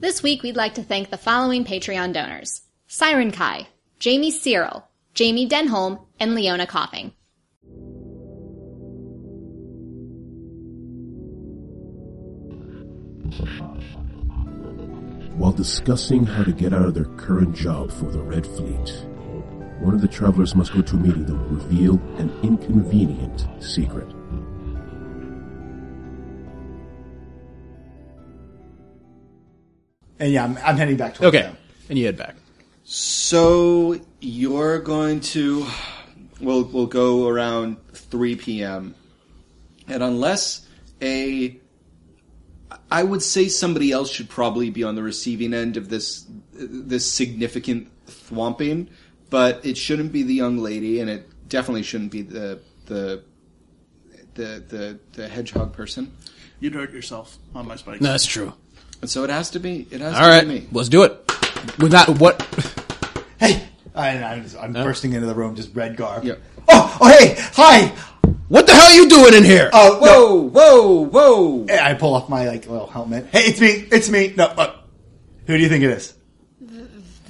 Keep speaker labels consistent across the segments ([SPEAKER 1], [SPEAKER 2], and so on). [SPEAKER 1] This week, we'd like to thank the following Patreon donors Siren Kai, Jamie Searle, Jamie Denholm, and Leona Coughing.
[SPEAKER 2] While discussing how to get out of their current job for the Red Fleet, one of the travelers must go to a meeting that will reveal an inconvenient secret.
[SPEAKER 3] And yeah, I'm, I'm heading back to
[SPEAKER 4] Okay, and you head back.
[SPEAKER 5] So you're going to we'll we'll go around 3 p.m. And unless a I would say somebody else should probably be on the receiving end of this this significant thwomping, but it shouldn't be the young lady and it definitely shouldn't be the the the the, the hedgehog person.
[SPEAKER 6] You'd hurt yourself on my spikes.
[SPEAKER 4] No, that's true.
[SPEAKER 5] And so it has to be it has
[SPEAKER 4] All
[SPEAKER 5] to
[SPEAKER 4] right,
[SPEAKER 5] be me.
[SPEAKER 4] let's do it. With that, what?
[SPEAKER 3] Hey, I, I'm, just, I'm bursting into the room, just red garb.
[SPEAKER 5] Yeah.
[SPEAKER 3] Oh, oh, hey, hi.
[SPEAKER 4] What the hell are you doing in here?
[SPEAKER 3] Oh, no.
[SPEAKER 5] Whoa, whoa, whoa.
[SPEAKER 3] Hey, I pull off my like little helmet. Hey, it's me. It's me. No, look. Who do you think it is?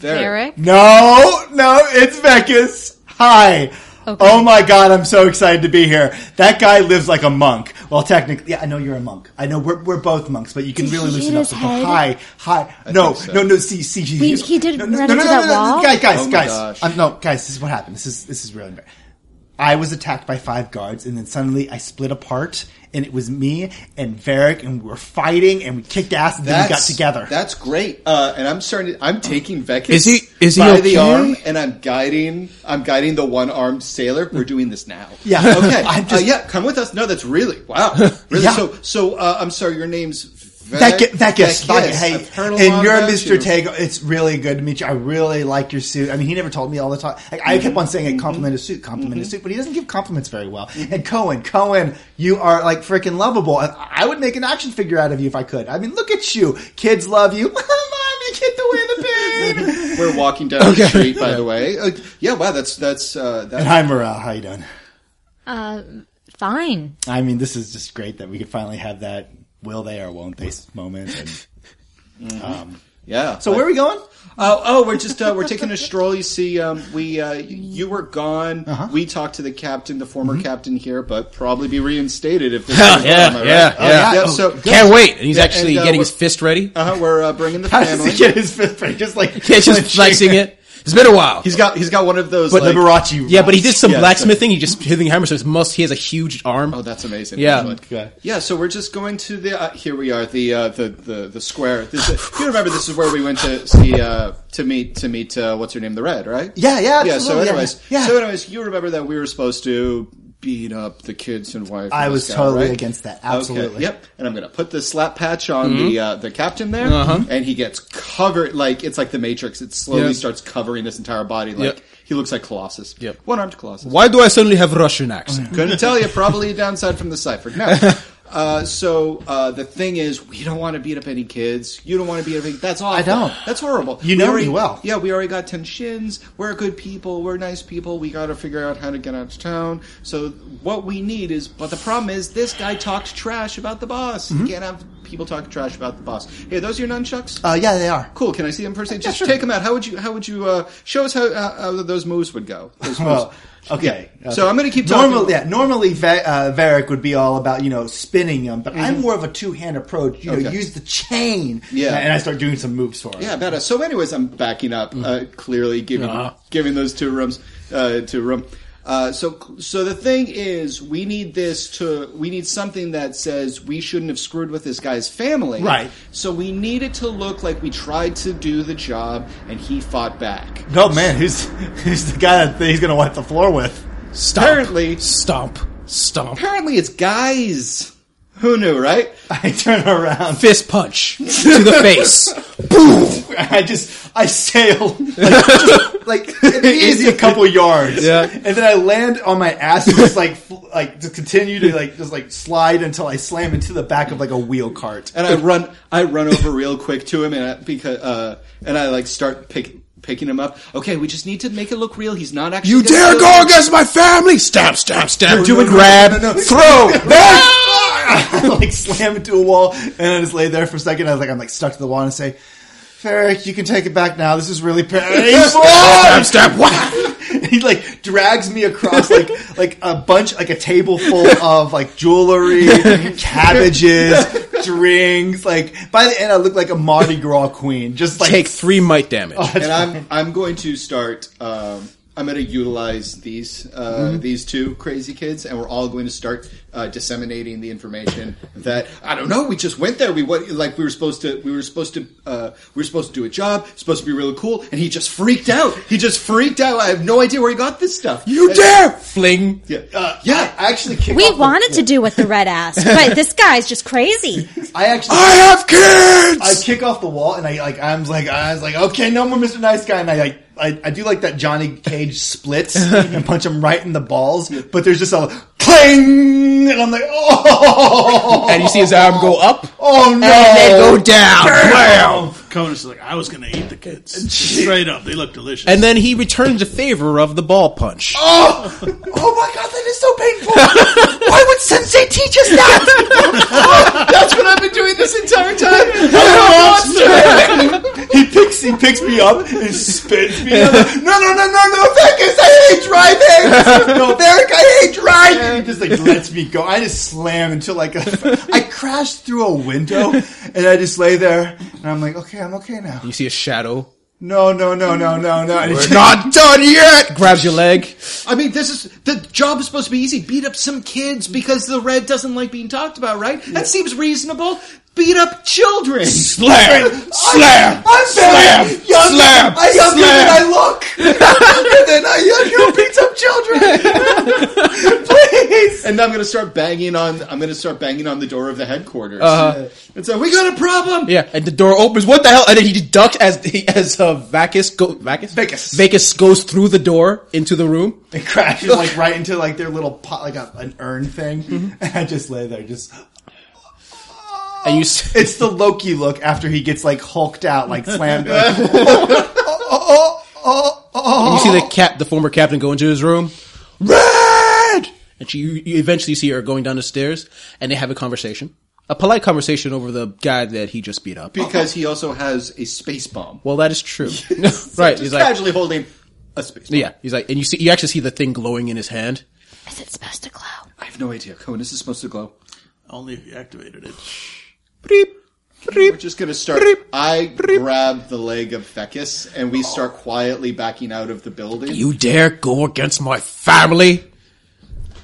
[SPEAKER 7] Eric?
[SPEAKER 3] No, no, it's Vekas. Hi.
[SPEAKER 7] Okay.
[SPEAKER 3] Oh my god, I'm so excited to be here. That guy lives like a monk. Well, technically, yeah, I know you're a monk. I know we're, we're both monks, but you can
[SPEAKER 7] Did
[SPEAKER 3] really
[SPEAKER 7] he
[SPEAKER 3] loosen
[SPEAKER 7] hit
[SPEAKER 3] up.
[SPEAKER 7] his
[SPEAKER 3] the-
[SPEAKER 7] head?
[SPEAKER 3] Hi, hi. no,
[SPEAKER 5] think so.
[SPEAKER 3] no, no. See, see, he,
[SPEAKER 7] Wait, he did
[SPEAKER 3] no, no,
[SPEAKER 7] run
[SPEAKER 3] no, no,
[SPEAKER 7] into
[SPEAKER 3] no,
[SPEAKER 7] that
[SPEAKER 3] no, no,
[SPEAKER 7] wall?
[SPEAKER 3] guys, guys,
[SPEAKER 5] Oh my
[SPEAKER 3] guys.
[SPEAKER 5] gosh.
[SPEAKER 3] Um, no, guys, this is what happened. This is this is really bad. I was attacked by five guards, and then suddenly I split apart, and it was me and Varric, and we were fighting, and we kicked ass, and then we got together.
[SPEAKER 5] That's great. Uh, and I'm starting. To, I'm taking Vekis.
[SPEAKER 4] Is he- is he
[SPEAKER 5] by
[SPEAKER 4] okay?
[SPEAKER 5] the arm? And I'm guiding. I'm guiding the one armed sailor. We're doing this now.
[SPEAKER 3] Mm. Yeah.
[SPEAKER 5] Okay.
[SPEAKER 3] I'm
[SPEAKER 5] Uh,
[SPEAKER 3] just-
[SPEAKER 5] yeah. Come with us. No, that's really wow. Really.
[SPEAKER 3] Yeah.
[SPEAKER 5] So so uh, I'm sorry. Your name's Vek-
[SPEAKER 3] That get, Eh? that gets
[SPEAKER 5] Vekis.
[SPEAKER 3] fucking-
[SPEAKER 5] I've
[SPEAKER 3] hey,
[SPEAKER 5] heard a lot
[SPEAKER 3] and you're
[SPEAKER 5] about
[SPEAKER 3] Mr.
[SPEAKER 5] you.
[SPEAKER 3] Tego. It's really good to meet you. I really like your suit. I mean, he never told me all the time. Like, I kept on saying, "Hey, compliment his suit, compliment his suit," but he doesn't give compliments very well. And Cohen, Cohen, you are like freaking lovable. And I would make an action figure out of you if I could. I mean, look at you. Kids love you. Mom, you kicked away the pain.
[SPEAKER 5] We're walking down the street. By the way. Uh, yeah. Wow. That's that's uh, that.
[SPEAKER 3] and hi, Morale. How you doing?
[SPEAKER 7] Uh, fine.
[SPEAKER 3] I mean, this is just great that we could finally have that will they or won't they moment. And, um,
[SPEAKER 5] yeah.
[SPEAKER 3] so where are we going?
[SPEAKER 5] Oh, oh, we're just uh, we're taking a stroll. You see, um, we uh, y- you were gone. We talked to the captain, the former captain here, but probably be reinstated if this. goes on,
[SPEAKER 4] yeah,
[SPEAKER 5] am I right?
[SPEAKER 4] yeah,
[SPEAKER 5] Oh,
[SPEAKER 4] yeah.
[SPEAKER 5] yeah, So
[SPEAKER 4] Can't wait. And he's
[SPEAKER 5] Yeah,
[SPEAKER 4] actually
[SPEAKER 5] and, uh,
[SPEAKER 4] getting
[SPEAKER 5] we're-
[SPEAKER 4] his fist ready.
[SPEAKER 5] Uh-huh, we're uh, bringing the
[SPEAKER 3] How does
[SPEAKER 5] family.
[SPEAKER 3] he get his fifth grade? Just like
[SPEAKER 4] Can't just flexing it. It's been a while.
[SPEAKER 5] He's got he's got one of those.
[SPEAKER 4] But
[SPEAKER 5] like,
[SPEAKER 3] Liberace.
[SPEAKER 4] yeah, but he did some
[SPEAKER 5] Yeah,
[SPEAKER 4] blacksmithing. He just hitting hammer, so his must. He has a huge arm.
[SPEAKER 5] Oh, that's amazing.
[SPEAKER 4] Yeah.
[SPEAKER 5] actually.
[SPEAKER 3] Okay.
[SPEAKER 5] yeah. So we're just going to the. Uh, here we are. The uh, the the the square. This is, you remember this is where we went to see uh, to meet to meet uh, what's her name, the red, right?
[SPEAKER 3] Yeah, yeah,
[SPEAKER 5] yeah. So
[SPEAKER 3] absolutely, yeah,
[SPEAKER 5] anyways,
[SPEAKER 3] yeah.
[SPEAKER 5] So anyways, you remember that we were supposed to beat up the kids and wife.
[SPEAKER 3] I
[SPEAKER 5] and
[SPEAKER 3] was
[SPEAKER 5] this guy,
[SPEAKER 3] totally
[SPEAKER 5] right?
[SPEAKER 3] against that.
[SPEAKER 5] Okay,
[SPEAKER 3] Absolutely. Mm-hmm.
[SPEAKER 5] Yep. And I'm gonna put the slap patch on the uh, the captain there,
[SPEAKER 3] Uh-huh.
[SPEAKER 5] and he gets covered like it's like the Matrix. It slowly
[SPEAKER 4] Yeah.
[SPEAKER 5] starts covering his entire body. Like
[SPEAKER 4] Yep.
[SPEAKER 5] he looks like Colossus.
[SPEAKER 4] Yep.
[SPEAKER 5] One armed Colossus.
[SPEAKER 4] Why do I suddenly have Russian accent?
[SPEAKER 5] Couldn't tell you. Probably a downside from the cipher. No. Uh, so uh, the thing is, we don't want to beat up any kids. You don't want to beat up. Any, that's awful.
[SPEAKER 3] I don't.
[SPEAKER 5] That's horrible.
[SPEAKER 3] You
[SPEAKER 5] We
[SPEAKER 3] know me
[SPEAKER 5] already-
[SPEAKER 3] well.
[SPEAKER 5] Yeah, we already got ten shins. We're good people. We're nice people. We got to figure out how to get out of town. So what we need is, but the problem is, this guy talked trash about the boss.
[SPEAKER 3] Mm-hmm.
[SPEAKER 5] You can't have people talk trash about the boss. Hey, are those your nunchucks?
[SPEAKER 3] Uh, yeah, they are.
[SPEAKER 5] Cool. Can I see them first? Just take them out. How would you? How would you uh, show us how, how, how those moves would go? Those moves.
[SPEAKER 3] Well, okay.
[SPEAKER 5] Yeah. So I'm gonna keep talking.
[SPEAKER 3] Normally, yeah, normally Ve- uh, Varric would be all about you know spinning them, but I'm more of a two hand approach. You know,
[SPEAKER 5] Mm-hmm. Okay.
[SPEAKER 3] use the chain.
[SPEAKER 5] Yeah.
[SPEAKER 3] and I start doing some moves for him.
[SPEAKER 5] Yeah, better. So, anyways, I'm backing up. Uh,
[SPEAKER 4] Mm-hmm.
[SPEAKER 5] clearly, giving
[SPEAKER 4] Nah.
[SPEAKER 5] giving those two rooms uh, to room. Uh, so, so the thing is, we need this to. We need something that says we shouldn't have screwed with this guy's family.
[SPEAKER 3] Right.
[SPEAKER 5] So we need it to look like we tried to do the job and he fought back.
[SPEAKER 4] Mm-hmm.
[SPEAKER 3] Oh man, who's who's the guy that he's gonna wipe the floor with?
[SPEAKER 4] Stomp.
[SPEAKER 5] Apparently-
[SPEAKER 4] stomp, stomp,
[SPEAKER 5] Apparently, it's guys. Who knew, right?
[SPEAKER 3] I turn around.
[SPEAKER 4] fist punch to the face.
[SPEAKER 3] I just I sail like, like an easy couple yards.
[SPEAKER 4] Yeah.
[SPEAKER 3] and then I land on my ass and just like fl- like just continue to like just like slide until I slam into the back of like a wheel cart.
[SPEAKER 5] and I run I run over real quick to him and I, because uh, and I like start pick, picking him up. Okay, we just need to make it look real. He's not actually.
[SPEAKER 4] You
[SPEAKER 5] gonna
[SPEAKER 4] dare
[SPEAKER 5] kill
[SPEAKER 4] go
[SPEAKER 5] you.
[SPEAKER 4] against my family? Stab, stab, stab.
[SPEAKER 3] doing
[SPEAKER 4] grab, throw.
[SPEAKER 3] I like slam into a wall and I just lay there for a second. I was like, I'm like stuck to the wall and I say, Ferric, you can take it back now. This is really painful.
[SPEAKER 4] Stab, stab, whack!
[SPEAKER 3] he like drags me across like like a bunch like a table full of like jewelry, cabbages, drinks. Like by the end, I look like a Mardi Gras queen. Just like
[SPEAKER 4] Take three might damage.
[SPEAKER 5] and I'm I'm going to start. Um, I'm going to utilize these uh,
[SPEAKER 4] Mm-hmm.
[SPEAKER 5] these two crazy kids, and we're all going to start uh, disseminating the information that I don't know. We just went there. We what like we were supposed to. We were supposed to. Uh, we were supposed to do a job. Supposed to be really cool. And he just freaked out. He just freaked out. I have no idea where he got this stuff.
[SPEAKER 4] you dare! Fling.
[SPEAKER 5] Yeah, uh, yeah.
[SPEAKER 3] I actually kick
[SPEAKER 8] We
[SPEAKER 3] off the
[SPEAKER 8] wanted to do what the red asked, but this guy's just crazy.
[SPEAKER 3] I actually
[SPEAKER 4] I have kids!
[SPEAKER 3] I kick off the wall and I like I'm like I was like okay no more Mr. Nice Guy and I like I, I do like that Johnny Cage splits and punch him right in the balls but there's just a clang and I'm like oh
[SPEAKER 4] and you see his arm go up,
[SPEAKER 3] oh no
[SPEAKER 4] and they go down. Wow!
[SPEAKER 6] Conus is like, I was going to eat the kids. Straight up. They look delicious.
[SPEAKER 4] And then he returns the favor of the ball punch.
[SPEAKER 3] oh my god that is so painful why would Sensei teach us that that's what I've been doing this entire time I'm a monster he picks he picks me up and spins me up. no no no no no Vegas I hate driving no Derek I hate driving and he just like lets me go I just slam into like a, I crashed through a window and I just lay there and I'm like okay I'm okay now
[SPEAKER 4] You see a shadow.
[SPEAKER 3] no no no no no no and
[SPEAKER 4] We're
[SPEAKER 3] it's
[SPEAKER 4] not done yet! Grabs your leg.
[SPEAKER 5] I mean, this is the job is supposed to be easy. Beat up some kids because the red doesn't like being talked about, right? That seems reasonable. Beat up children.
[SPEAKER 4] Slam! Slam!
[SPEAKER 3] I'm
[SPEAKER 4] Slam!
[SPEAKER 3] better, younger,
[SPEAKER 4] Slam!
[SPEAKER 3] I'm younger than
[SPEAKER 4] Slam!
[SPEAKER 3] I look. I'm younger than I am. You beat up children. Please.
[SPEAKER 5] and I'm gonna start banging on. I'm gonna start banging on the door of the headquarters.
[SPEAKER 4] Uh-huh.
[SPEAKER 5] And so we got a problem.
[SPEAKER 4] Yeah, and the door opens. What the hell? And then he ducks as he, as uh, Vacus go Vacus
[SPEAKER 3] Vacus.
[SPEAKER 4] Vacus goes through the door into the room.
[SPEAKER 3] It crashes like right into like their little pot, like a, an urn thing.
[SPEAKER 5] Mm-hmm.
[SPEAKER 3] And I just lay there, just.
[SPEAKER 4] And you s-
[SPEAKER 3] It's the Loki look after he gets like hulked out, like slammed. like,
[SPEAKER 4] you see the cap the former captain go into his room. Red. And she, you, you eventually see her going down the stairs, and they have a conversation, a polite conversation over the guy that he just beat up.
[SPEAKER 5] Because he also has a space bomb.
[SPEAKER 4] Well, that is true, right? He's
[SPEAKER 5] Just
[SPEAKER 4] like,
[SPEAKER 5] casually holding a space bomb.
[SPEAKER 4] yeah, he's like, and you see, you actually see the thing glowing in his hand.
[SPEAKER 7] Is it supposed to glow?
[SPEAKER 5] I have no idea. Cohen, this is supposed to glow.
[SPEAKER 6] Only if you activated it.
[SPEAKER 5] We're just gonna start. I grab the leg of Fecus and
[SPEAKER 4] Oh.
[SPEAKER 5] we start quietly backing out of the building.
[SPEAKER 4] You dare go against my family?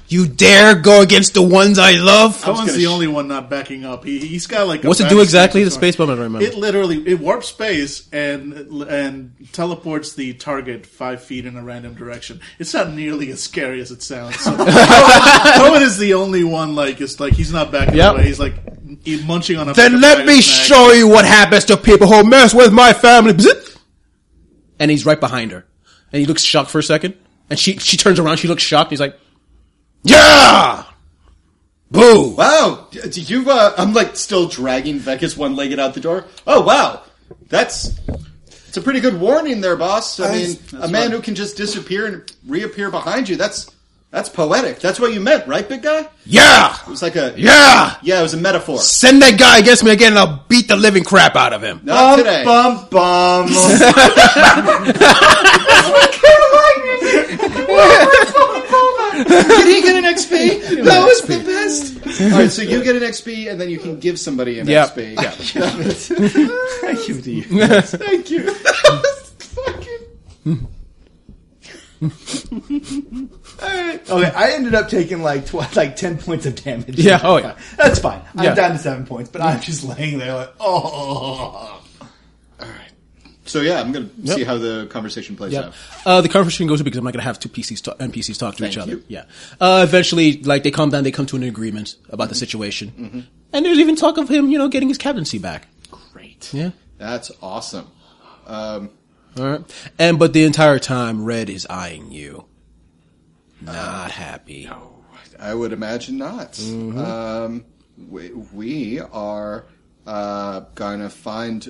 [SPEAKER 4] You dare go against the ones I love?
[SPEAKER 6] Cohen's
[SPEAKER 5] gonna
[SPEAKER 6] the
[SPEAKER 5] sh-
[SPEAKER 6] only one not backing up. He, he's got like a
[SPEAKER 4] What's it
[SPEAKER 6] back
[SPEAKER 4] do exactly? The
[SPEAKER 6] space
[SPEAKER 4] space bomb, I don't remember.
[SPEAKER 6] It literally it warps space and and teleports the target five feet in a random direction. It's not nearly as scary as it sounds. So, Cohen is the only one like it's like he's not backing
[SPEAKER 4] Yep.
[SPEAKER 6] away. He's like he- munching on a.
[SPEAKER 4] Then let me show you what happens to people who mess with my family. Bzzzt. And he's right behind her. And he looks shocked for a second. And she, she turns around, she looks shocked, and he's like, Yeah! Boo!
[SPEAKER 5] Wow, do you? Uh, I'm like still dragging Vekas one legged out the door. Oh wow, that's it's a pretty good warning there, boss. I mean, a man who can just disappear and reappear behind you—that's that's poetic. That's what you meant, right, big guy? It
[SPEAKER 4] Yeah!
[SPEAKER 5] was like a
[SPEAKER 4] Yeah!
[SPEAKER 5] yeah, it was a metaphor.
[SPEAKER 4] Send that guy against me again and I'll beat the living crap out of him.
[SPEAKER 5] Not today.
[SPEAKER 3] bum bum bum.
[SPEAKER 5] Did he get an XP? That was the best. All right, so you get an XP, and then you can give somebody an
[SPEAKER 4] Yep.
[SPEAKER 5] XP.
[SPEAKER 4] Yep.
[SPEAKER 3] Thank you, dear.
[SPEAKER 5] Thank you. That was fucking-
[SPEAKER 3] Okay, I ended up taking like tw- like ten points of damage.
[SPEAKER 4] Yeah, oh, yeah.
[SPEAKER 3] that's fine. I'm
[SPEAKER 4] Yeah.
[SPEAKER 3] down to seven points, but I'm just laying there like, oh.
[SPEAKER 5] So yeah, I'm gonna see how the conversation plays
[SPEAKER 4] Yeah.
[SPEAKER 5] out.
[SPEAKER 4] Uh, the conversation goes because I'm not going to have two PCs talk, NPCs talk to each
[SPEAKER 5] Thank
[SPEAKER 4] other.
[SPEAKER 5] you.
[SPEAKER 4] Yeah. Uh, eventually, like they calm down, they come to an agreement about the situation,
[SPEAKER 5] Mm-hmm.
[SPEAKER 4] and there's even talk of him, you know, getting his captaincy back.
[SPEAKER 5] Great.
[SPEAKER 4] Yeah.
[SPEAKER 5] That's awesome. Um,
[SPEAKER 4] All right. And but the entire time, Red is eyeing you, not happy.
[SPEAKER 5] I would imagine not.
[SPEAKER 4] Mm-hmm.
[SPEAKER 5] Um, we, we are uh, gonna find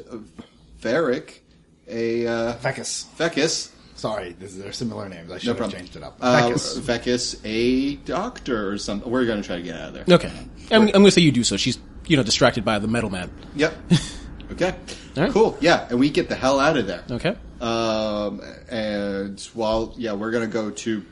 [SPEAKER 5] Varric, a uh,
[SPEAKER 3] Fecus.
[SPEAKER 5] Fecus.
[SPEAKER 3] Sorry, this is, they're similar names. I
[SPEAKER 5] No
[SPEAKER 3] should have
[SPEAKER 5] problem.
[SPEAKER 3] changed it up.
[SPEAKER 5] Uh,
[SPEAKER 3] Fecus.
[SPEAKER 5] Fecus, a doctor or something. We're gonna try to get out of there.
[SPEAKER 4] Okay. I'm, I'm going to say you do so. She's, you know, distracted by the metal man.
[SPEAKER 5] Yep. Okay.
[SPEAKER 4] All right.
[SPEAKER 5] Cool. Yeah, and we get the hell out of there.
[SPEAKER 4] Okay.
[SPEAKER 5] Um, and while yeah, we're gonna go to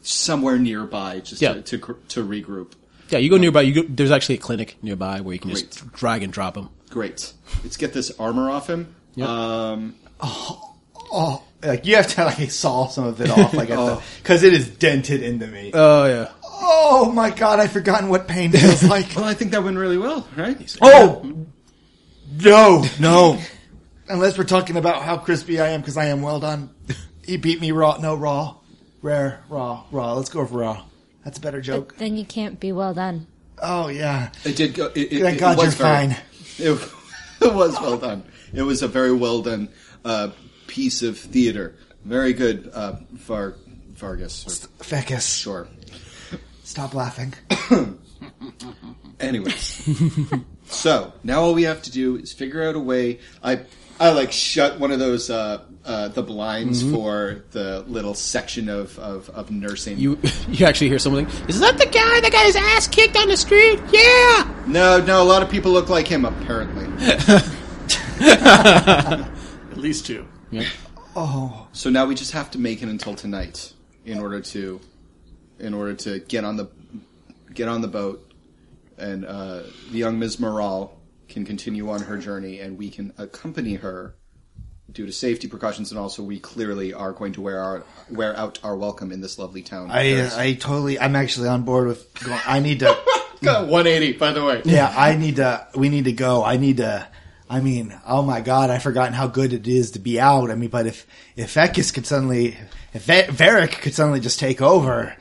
[SPEAKER 5] somewhere nearby just
[SPEAKER 4] Yeah.
[SPEAKER 5] to, to gr- to regroup.
[SPEAKER 4] Yeah, you go nearby. You go, there's actually a clinic nearby where you can just
[SPEAKER 5] Great.
[SPEAKER 4] drag and drop him.
[SPEAKER 5] Great. Let's get this armor off him.
[SPEAKER 4] Yep.
[SPEAKER 5] Um,
[SPEAKER 3] Oh, like you have to like saw some of it off, like
[SPEAKER 5] Oh.
[SPEAKER 3] because it is dented into me.
[SPEAKER 5] Uh,
[SPEAKER 4] Oh yeah.
[SPEAKER 3] oh my god, I've forgotten what pain feels like.
[SPEAKER 5] well, I think that went really well, right?
[SPEAKER 3] oh no, no. Unless we're talking about how crispy I am because I am well done. He beat me raw. No raw, rare raw raw. Let's go for raw. That's a better joke.
[SPEAKER 7] But then you can't be well done.
[SPEAKER 3] Oh yeah.
[SPEAKER 5] It did go. It, it,
[SPEAKER 3] Thank
[SPEAKER 5] it
[SPEAKER 3] God
[SPEAKER 5] was
[SPEAKER 3] you're
[SPEAKER 5] very-
[SPEAKER 3] fine.
[SPEAKER 5] It, it was well done. It was a very well done uh, piece of theater. Very good, uh, Var- Vargas. or-
[SPEAKER 3] Fecus,
[SPEAKER 5] Sure.
[SPEAKER 3] stop laughing.
[SPEAKER 5] Anyways, so now all we have to do is figure out a way. I I like shut one of those uh, uh, the blinds
[SPEAKER 3] Mm-hmm.
[SPEAKER 5] for the little section of of, of nursing.
[SPEAKER 4] You you actually hear something? Is that the guy that got his ass kicked on the street? Yeah.
[SPEAKER 5] no, no, a lot of people look like him apparently.
[SPEAKER 6] At least two.
[SPEAKER 5] So now we just have to make it until tonight in order to in order to get on the get on the boat and uh, the young Ms. Morale can continue on her journey and we can accompany her due to safety precautions and also we clearly are going to wear our wear out our welcome in this lovely town.
[SPEAKER 3] I uh, I totally. I'm actually on board with. Going, I need to.
[SPEAKER 5] got 180 by the way.
[SPEAKER 3] yeah, I need to. We need to go. I need to. I mean, oh my God, I've forgotten how good it is to be out. I mean, but if if Ekis could suddenly, if Ve- Varric could suddenly just take over,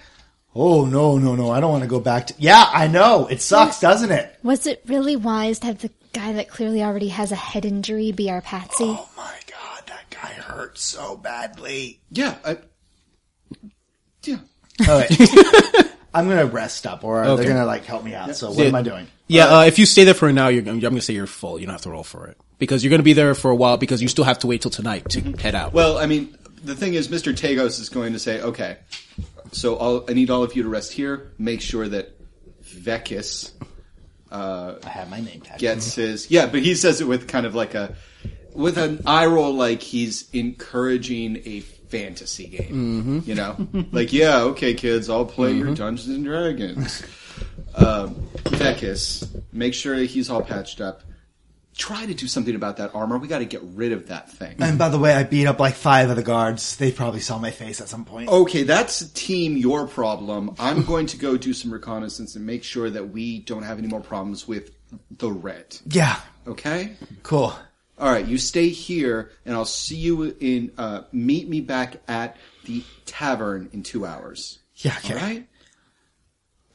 [SPEAKER 3] oh no, no, no, I don't want to go back to. Yeah, I know it sucks, doesn't it?
[SPEAKER 8] Was it really wise to have the guy that clearly already has a head injury be our patsy?
[SPEAKER 3] Oh my God, that guy hurt so badly.
[SPEAKER 5] Yeah, I, yeah.
[SPEAKER 3] All right, I'm gonna rest up, or
[SPEAKER 4] Okay.
[SPEAKER 3] they're gonna like help me out. So what
[SPEAKER 4] Yeah.
[SPEAKER 3] am I doing?
[SPEAKER 4] Yeah. Uh, if you stay there for an hour, you're, I'm gonna say you're full. You don't have to roll for it because you're gonna be there for a while because you still have to wait till tonight to head out.
[SPEAKER 5] Well, I mean, the thing is, Mr. Tagos is going to say, okay, so I'll, I need all of you to rest here. Make sure that Vekis
[SPEAKER 3] I have my name tag.
[SPEAKER 5] gets his. Yeah, but he says it with kind of like a. With an eye roll, like he's encouraging a fantasy game. You know? like, yeah, okay, kids, I'll play your Dungeons and Dragons. um, Vekis, make sure he's all patched up. Try to do something about that armor. We got to get rid of that thing.
[SPEAKER 3] And by the way, I beat up like five of the guards. They probably saw my face at some point.
[SPEAKER 5] Okay, that's team your problem. I'm going to go do some reconnaissance and make sure that we don't have any more problems with the red.
[SPEAKER 3] Yeah,
[SPEAKER 5] Okay?
[SPEAKER 3] cool.
[SPEAKER 5] All right, you stay here and I'll see you in uh meet me back at the tavern in 2 hours.
[SPEAKER 3] Yeah, okay.
[SPEAKER 5] All right?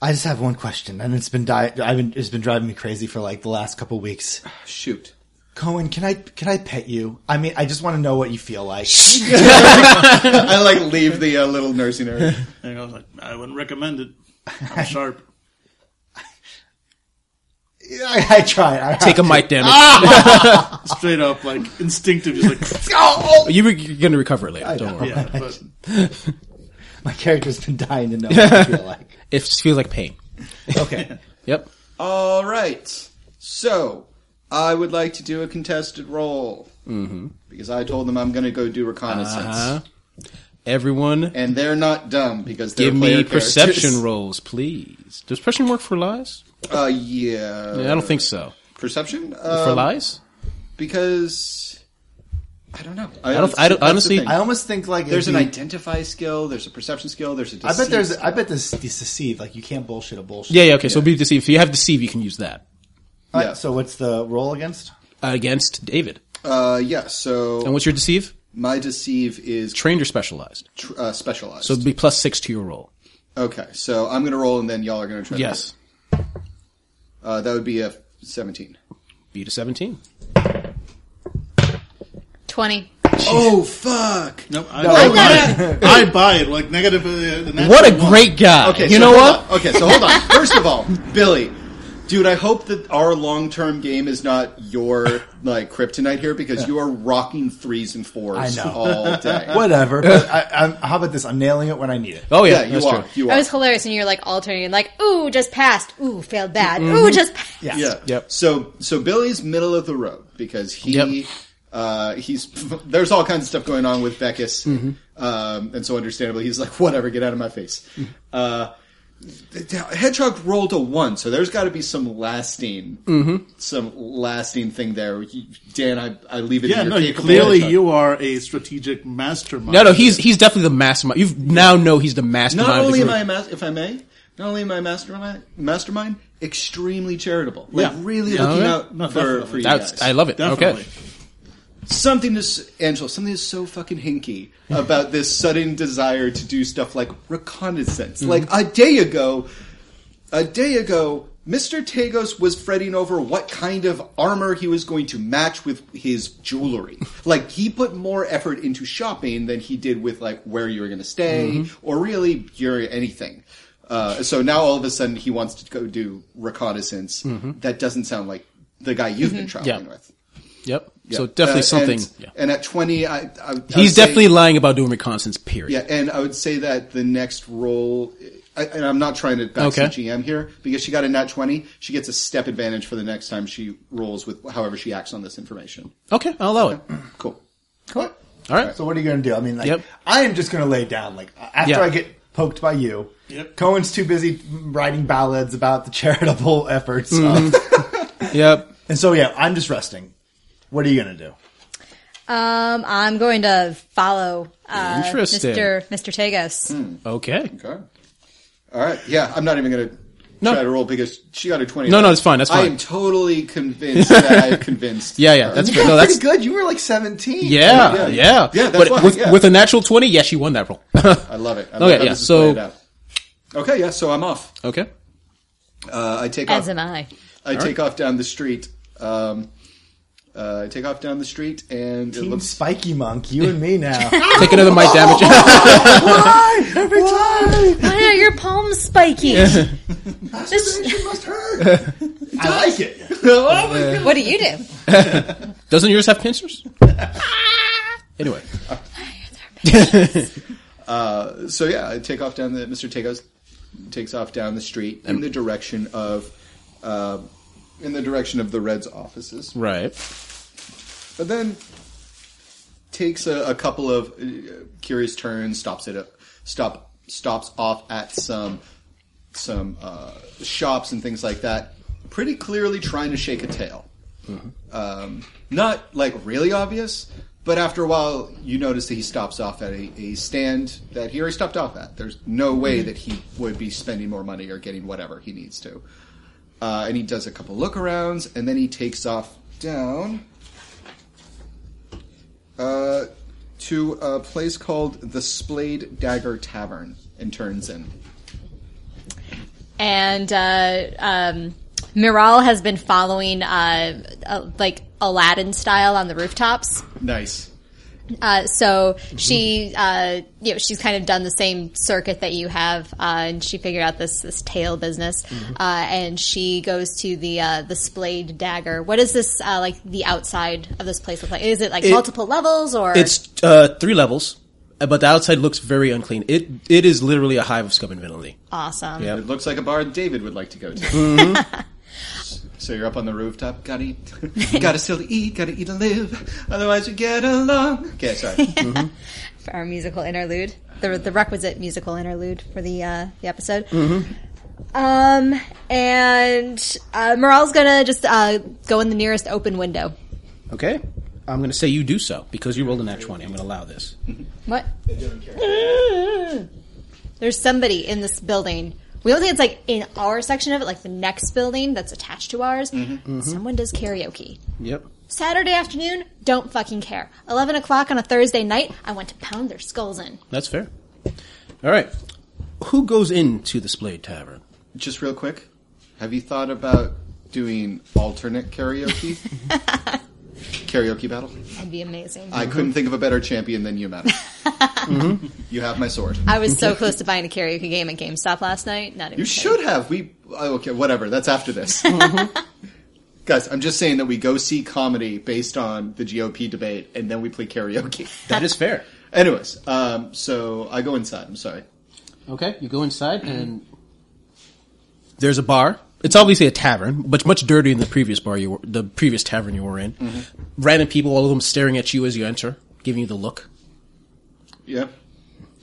[SPEAKER 3] I just have one question, and it's been di- I've been it's been driving me crazy for like the last couple weeks.
[SPEAKER 5] Shoot.
[SPEAKER 3] Cohen, can I can I pet you? I mean, I just want to know what you feel like.
[SPEAKER 5] I like leave the uh, little nursing area.
[SPEAKER 6] And I was like, I wouldn't recommend it. I'm sharp.
[SPEAKER 3] I, I tried. I,
[SPEAKER 4] Take a mic damage.
[SPEAKER 5] Ah!
[SPEAKER 6] Straight up, like instinctive, just like
[SPEAKER 4] You were, you're gonna recover it later. don't worry.
[SPEAKER 6] yeah. But
[SPEAKER 3] my character's been dying to know what I feel like.
[SPEAKER 4] It just feels like pain.
[SPEAKER 3] Okay,
[SPEAKER 4] Yep.
[SPEAKER 5] All right. So, I would like to do a contested roll. Mhm. Because I told them I'm going to go do reconnaissance.
[SPEAKER 4] Uh-huh. Everyone,
[SPEAKER 5] And they're not dumb because they're
[SPEAKER 4] give me
[SPEAKER 5] player
[SPEAKER 4] perception
[SPEAKER 5] characters.
[SPEAKER 4] rolls, please. Does perception work for lies?
[SPEAKER 5] Uh, yeah.
[SPEAKER 4] Yeah, I don't think so.
[SPEAKER 5] Perception?
[SPEAKER 4] For
[SPEAKER 5] Uh,
[SPEAKER 4] lies?
[SPEAKER 5] because I don't know. I,
[SPEAKER 4] don't- I don't-
[SPEAKER 5] that's the
[SPEAKER 4] honestly-
[SPEAKER 5] thing.
[SPEAKER 3] I almost think like
[SPEAKER 5] there's an
[SPEAKER 3] it'd be-
[SPEAKER 5] identify skill. There's a perception skill. There's a.
[SPEAKER 3] I
[SPEAKER 5] Deceit.
[SPEAKER 3] bet there's I bet this this deceive like you can't bullshit a bullshit.
[SPEAKER 4] Yeah, yeah, okay. So be deceived. If you have deceive, you can use that
[SPEAKER 3] All right,
[SPEAKER 5] yeah.
[SPEAKER 3] So what's the roll against?
[SPEAKER 4] uh, against David.
[SPEAKER 5] Uh, yeah.
[SPEAKER 4] And
[SPEAKER 5] So
[SPEAKER 4] what's your deceive?
[SPEAKER 5] my deceive is
[SPEAKER 4] Trained or specialized.
[SPEAKER 5] tr- uh, specialized.
[SPEAKER 4] So it'd be plus six to your roll.
[SPEAKER 5] okay. So I'm gonna roll, and then y'all are gonna try. to-
[SPEAKER 4] Yes.
[SPEAKER 5] Uh, that would be a seventeen.
[SPEAKER 4] Beat a 17.
[SPEAKER 1] 20.
[SPEAKER 5] Oh fuck!
[SPEAKER 6] no, I, buy it. I buy it. Like negative. Uh, the natural
[SPEAKER 4] What a
[SPEAKER 6] one.
[SPEAKER 4] great guy.
[SPEAKER 5] Okay.
[SPEAKER 4] you
[SPEAKER 5] so
[SPEAKER 4] know
[SPEAKER 5] hold
[SPEAKER 4] what?
[SPEAKER 5] on. Okay. So hold on. First of all, Billy, Dude, I hope that our long term game is not your like kryptonite here because you are rocking threes and fours
[SPEAKER 3] I know.
[SPEAKER 5] all day.
[SPEAKER 3] Whatever. But I, I'm, how about this? I'm nailing it when I need it.
[SPEAKER 4] Oh yeah,
[SPEAKER 5] Yeah, you
[SPEAKER 4] that's
[SPEAKER 5] are.
[SPEAKER 4] true.
[SPEAKER 5] You
[SPEAKER 7] I
[SPEAKER 5] are.
[SPEAKER 7] was hilarious, and you're like alternating, like, ooh, just passed, ooh, failed bad, ooh, just passed.
[SPEAKER 3] Yeah.
[SPEAKER 5] Yeah.
[SPEAKER 4] Yep.
[SPEAKER 5] So so Billy's middle of the road because he
[SPEAKER 4] Yep.
[SPEAKER 5] uh, he's there's all kinds of stuff going on with Beckus,
[SPEAKER 6] Mm-hmm.
[SPEAKER 5] um, and so understandably he's like whatever, get out of my face. Uh, Hedgehog rolled a one, so there's got to be some lasting,
[SPEAKER 6] Mm-hmm.
[SPEAKER 5] some lasting thing there. You- Dan, I, I leave it.
[SPEAKER 6] Yeah,
[SPEAKER 5] in
[SPEAKER 6] no,
[SPEAKER 5] your
[SPEAKER 6] you,
[SPEAKER 5] capable
[SPEAKER 6] clearly
[SPEAKER 5] hands.
[SPEAKER 6] you are a strategic mastermind.
[SPEAKER 4] No, no, he's he's definitely the mastermind. You now know he's the mastermind.
[SPEAKER 5] Not
[SPEAKER 4] of the
[SPEAKER 5] only am
[SPEAKER 4] group.
[SPEAKER 5] I a mas- if I may, not only am I a mastermind, mastermind, extremely charitable, like
[SPEAKER 6] Yeah.
[SPEAKER 5] really
[SPEAKER 6] Yeah, Oh,
[SPEAKER 5] looking
[SPEAKER 6] yeah.
[SPEAKER 5] out
[SPEAKER 6] No,
[SPEAKER 5] for,
[SPEAKER 6] definitely.
[SPEAKER 5] for you
[SPEAKER 4] That's
[SPEAKER 5] guys.
[SPEAKER 4] I love it.
[SPEAKER 6] Definitely.
[SPEAKER 4] Okay,
[SPEAKER 5] something is Angela, something is so fucking hinky about this sudden desire to do stuff like reconnaissance. Like a day ago, a day ago, Mr. Tagos was fretting over what kind of armor he was going to match with his jewelry. Like he put more effort into shopping than he did with like where you were going to stay or really your anything. Uh, so now all of a sudden he wants to go do reconnaissance. That doesn't sound like the guy you've been traveling
[SPEAKER 4] Yeah.
[SPEAKER 5] with.
[SPEAKER 4] yep.
[SPEAKER 5] Yeah.
[SPEAKER 4] So definitely
[SPEAKER 5] Uh,
[SPEAKER 4] something.
[SPEAKER 5] And,
[SPEAKER 4] yeah.
[SPEAKER 5] and at twenty, I, I, I would
[SPEAKER 4] he's
[SPEAKER 5] say-
[SPEAKER 4] definitely lying about doing reconnaissance. Period.
[SPEAKER 5] yeah. And I would say that the next role, I, and I'm not trying to back
[SPEAKER 4] Okay.
[SPEAKER 5] GM here because she got a nat twenty. She gets a step advantage for the next time she rolls with however she acts on this information.
[SPEAKER 4] Okay, I'll allow it.
[SPEAKER 5] Cool.
[SPEAKER 3] Cool.
[SPEAKER 4] All right.
[SPEAKER 3] So what are you going to do? I mean, like,
[SPEAKER 4] Yep.
[SPEAKER 3] I am just going to lay down. Like after
[SPEAKER 4] Yeah.
[SPEAKER 3] I get poked by you,
[SPEAKER 6] Yep.
[SPEAKER 3] Cohen's too busy writing ballads about the charitable efforts, of-
[SPEAKER 4] Yep.
[SPEAKER 3] and so yeah, I'm just resting. What are you going to do?
[SPEAKER 7] Um, I'm going to follow uh,
[SPEAKER 4] Interesting.
[SPEAKER 7] Mr. Mr. Tagos.
[SPEAKER 4] Okay.
[SPEAKER 5] Hmm. Okay. All right. Yeah, I'm not even gonna.
[SPEAKER 4] No.
[SPEAKER 5] Try to roll because she got a twenty.
[SPEAKER 4] No, no, it's fine, that's
[SPEAKER 5] I
[SPEAKER 4] fine.
[SPEAKER 5] am totally convinced that I have convinced.
[SPEAKER 4] Yeah, yeah,
[SPEAKER 5] her.
[SPEAKER 4] that's
[SPEAKER 3] You
[SPEAKER 4] No,
[SPEAKER 3] got
[SPEAKER 4] that's-
[SPEAKER 3] pretty good. You were like 17.
[SPEAKER 4] Yeah, yeah,
[SPEAKER 5] yeah. Yeah, that's
[SPEAKER 4] but
[SPEAKER 5] why,
[SPEAKER 4] with
[SPEAKER 5] yeah.
[SPEAKER 4] with a natural twenty, yeah, she won that roll.
[SPEAKER 5] I love it. I
[SPEAKER 4] Okay,
[SPEAKER 5] love how
[SPEAKER 4] yeah,
[SPEAKER 5] this is
[SPEAKER 4] so-
[SPEAKER 5] played out. okay, yeah. So I'm off.
[SPEAKER 4] okay.
[SPEAKER 5] Uh, I take off.
[SPEAKER 7] As am I.
[SPEAKER 5] I take off down the street. Um, uh, I take off down the street, and it
[SPEAKER 3] Team
[SPEAKER 5] looks
[SPEAKER 3] Spiky Monk, you and me now.
[SPEAKER 4] Take another might damage.
[SPEAKER 3] Why? Every time.
[SPEAKER 7] I know your palm's spiky.
[SPEAKER 3] Masturbation must hurt. I like it.
[SPEAKER 7] What do you do?
[SPEAKER 4] Doesn't yours have pincers? anyway,
[SPEAKER 5] so. Yeah, I take off down the Mr. Tagos takes off down the street in the direction of uh, in the direction of the Reds' offices,
[SPEAKER 4] right.
[SPEAKER 5] but then takes a, a couple of uh, curious turns, stops at a stop stops off at some some uh, shops and things like that. Pretty clearly trying to shake a tail. um, not like really obvious, but after a while, you notice that he stops off at a, a stand that he already stopped off at. There's no way that he would be spending more money or getting whatever he needs to. Uh, and he does a couple look arounds, and then he takes off down uh, to a place called the Splayed Dagger Tavern and turns in.
[SPEAKER 7] and uh, um, Miral has been following uh, uh, like Aladdin style on the rooftops.
[SPEAKER 5] Nice.
[SPEAKER 7] Uh, so
[SPEAKER 4] Mm-hmm.
[SPEAKER 7] she, uh, you know, she's kind of done the same circuit that you have, uh, and she figured out this this tail business.
[SPEAKER 4] Mm-hmm.
[SPEAKER 7] Uh, and she goes to the uh, the splayed dagger. What is this uh, like? The outside of this place look like? Is it like
[SPEAKER 4] It-
[SPEAKER 7] multiple levels or
[SPEAKER 4] It's uh, three levels, uh, but the outside looks very unclean. It it is literally a hive of scum and villainy.
[SPEAKER 7] awesome?
[SPEAKER 4] Yeah.
[SPEAKER 5] It looks like a bar David would like to go to. so you're up on the rooftop. Gotta eat. gotta still eat. Gotta eat and live. Otherwise, we get along. Okay, sorry.
[SPEAKER 7] For our musical interlude, the the requisite musical interlude for the uh, the episode.
[SPEAKER 4] Mm-hmm.
[SPEAKER 7] Um, and uh, Morale's gonna just uh, go in the nearest open window.
[SPEAKER 4] Okay. I'm going to say you do so because you rolled a nat 20. I'm going to allow this.
[SPEAKER 7] What? There's somebody in this building. We don't think it's like in our section of it, like the next building that's attached to ours.
[SPEAKER 4] Mm-hmm.
[SPEAKER 7] Someone does karaoke.
[SPEAKER 4] Yep.
[SPEAKER 7] Saturday afternoon, don't fucking care. 11 o'clock on a Thursday night, I want to pound their skulls in.
[SPEAKER 4] That's fair. All right. Who goes into the Splade Tavern?
[SPEAKER 5] Just real quick. Have you thought about doing alternate karaoke? karaoke battle.
[SPEAKER 7] That'd be amazing.
[SPEAKER 5] I couldn't think of a better champion than you, madam. You have my sword.
[SPEAKER 7] I was so close to buying a karaoke game at GameStop last night. Not even
[SPEAKER 5] You
[SPEAKER 7] kidding.
[SPEAKER 5] should have. We oh, okay, whatever. That's after this. Guys, I'm just saying that we go see comedy based on the GOP debate, and then we play karaoke.
[SPEAKER 4] That is fair.
[SPEAKER 5] Anyways, um, so I go inside. I'm sorry.
[SPEAKER 4] Okay, you go inside and there's a bar. It's obviously a tavern, but much dirtier than the previous bar you were, the previous tavern you were in. Random people, all of them staring at you as you enter, giving you the look.
[SPEAKER 5] Yeah.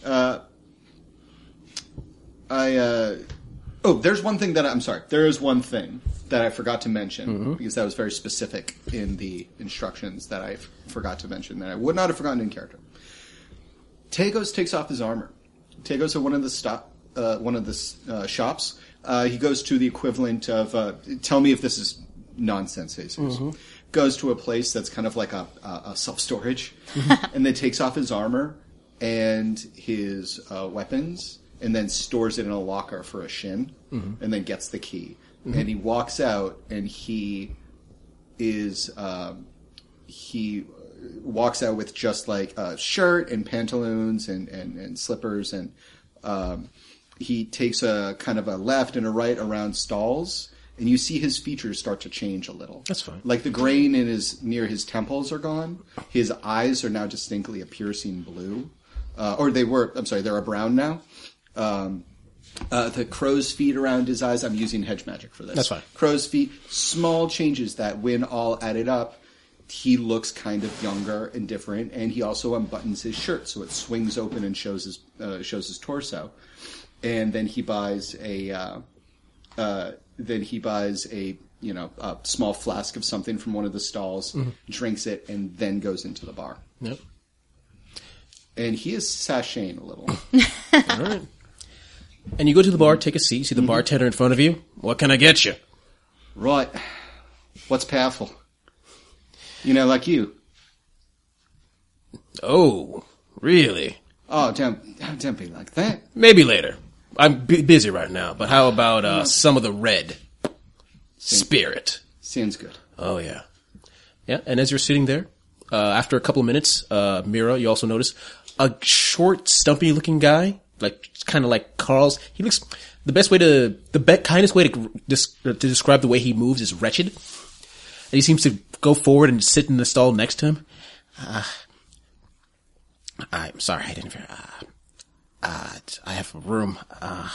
[SPEAKER 5] Uh, I. Uh, oh, there's one thing that I, I'm sorry. There is one thing that I forgot to mention because that was very specific in the instructions that I f- forgot to mention that I would not have forgotten in character. Tagos takes off his armor. Tagos at one of the stop, uh, one of the s- uh, shops. Uh, he goes to the equivalent of. Uh, tell me if this is nonsense. Jesus. Goes to a place that's kind of like a, a, a self storage, and then takes off his armor and his uh, weapons, and then stores it in a locker for a shin, and then gets the key. And he walks out, and he is um, he uh, walks out with just like a shirt and pantaloons and and, and slippers and um, he takes a kind of a left and a right around stalls and you see his features start to change a little
[SPEAKER 4] That's fine.
[SPEAKER 5] like the grain in his near his temples are gone his eyes are now distinctly a piercing blue uh, or they were i'm sorry they're a brown now um, uh, the crow's feet around his eyes. I'm using hedge magic for this.
[SPEAKER 4] That's fine.
[SPEAKER 5] Crow's feet, small changes that, when all added up, he looks kind of younger and different. And he also unbuttons his shirt so it swings open and shows his uh, shows his torso. And then he buys a uh, uh, then he buys a you know a small flask of something from one of the stalls,
[SPEAKER 4] Mm-hmm.
[SPEAKER 5] drinks it, and then goes into the bar.
[SPEAKER 4] Yep.
[SPEAKER 5] And he is sashaying a little.
[SPEAKER 4] All right. And you go to the bar, take a seat, see the bartender in front of you. What can I get you?
[SPEAKER 5] Right. What's powerful? You know, like you.
[SPEAKER 4] Oh, really?
[SPEAKER 5] Oh, don't, don't be like that.
[SPEAKER 4] Maybe later. I'm bu- busy right now, but how about uh, some of the red spirit?
[SPEAKER 5] Sounds good.
[SPEAKER 4] Oh yeah, yeah. And as you're sitting there, uh, after a couple of minutes, uh, Mira, you also notice a short, stumpy-looking guy, like kind of like Carl's. He looks the best way to the be- kindest way to gr- dis- uh, to describe the way he moves is wretched. And he seems to go forward and sit in the stall next to him. Uh, I'm sorry, I didn't. Uh, uh, I have a room. Uh,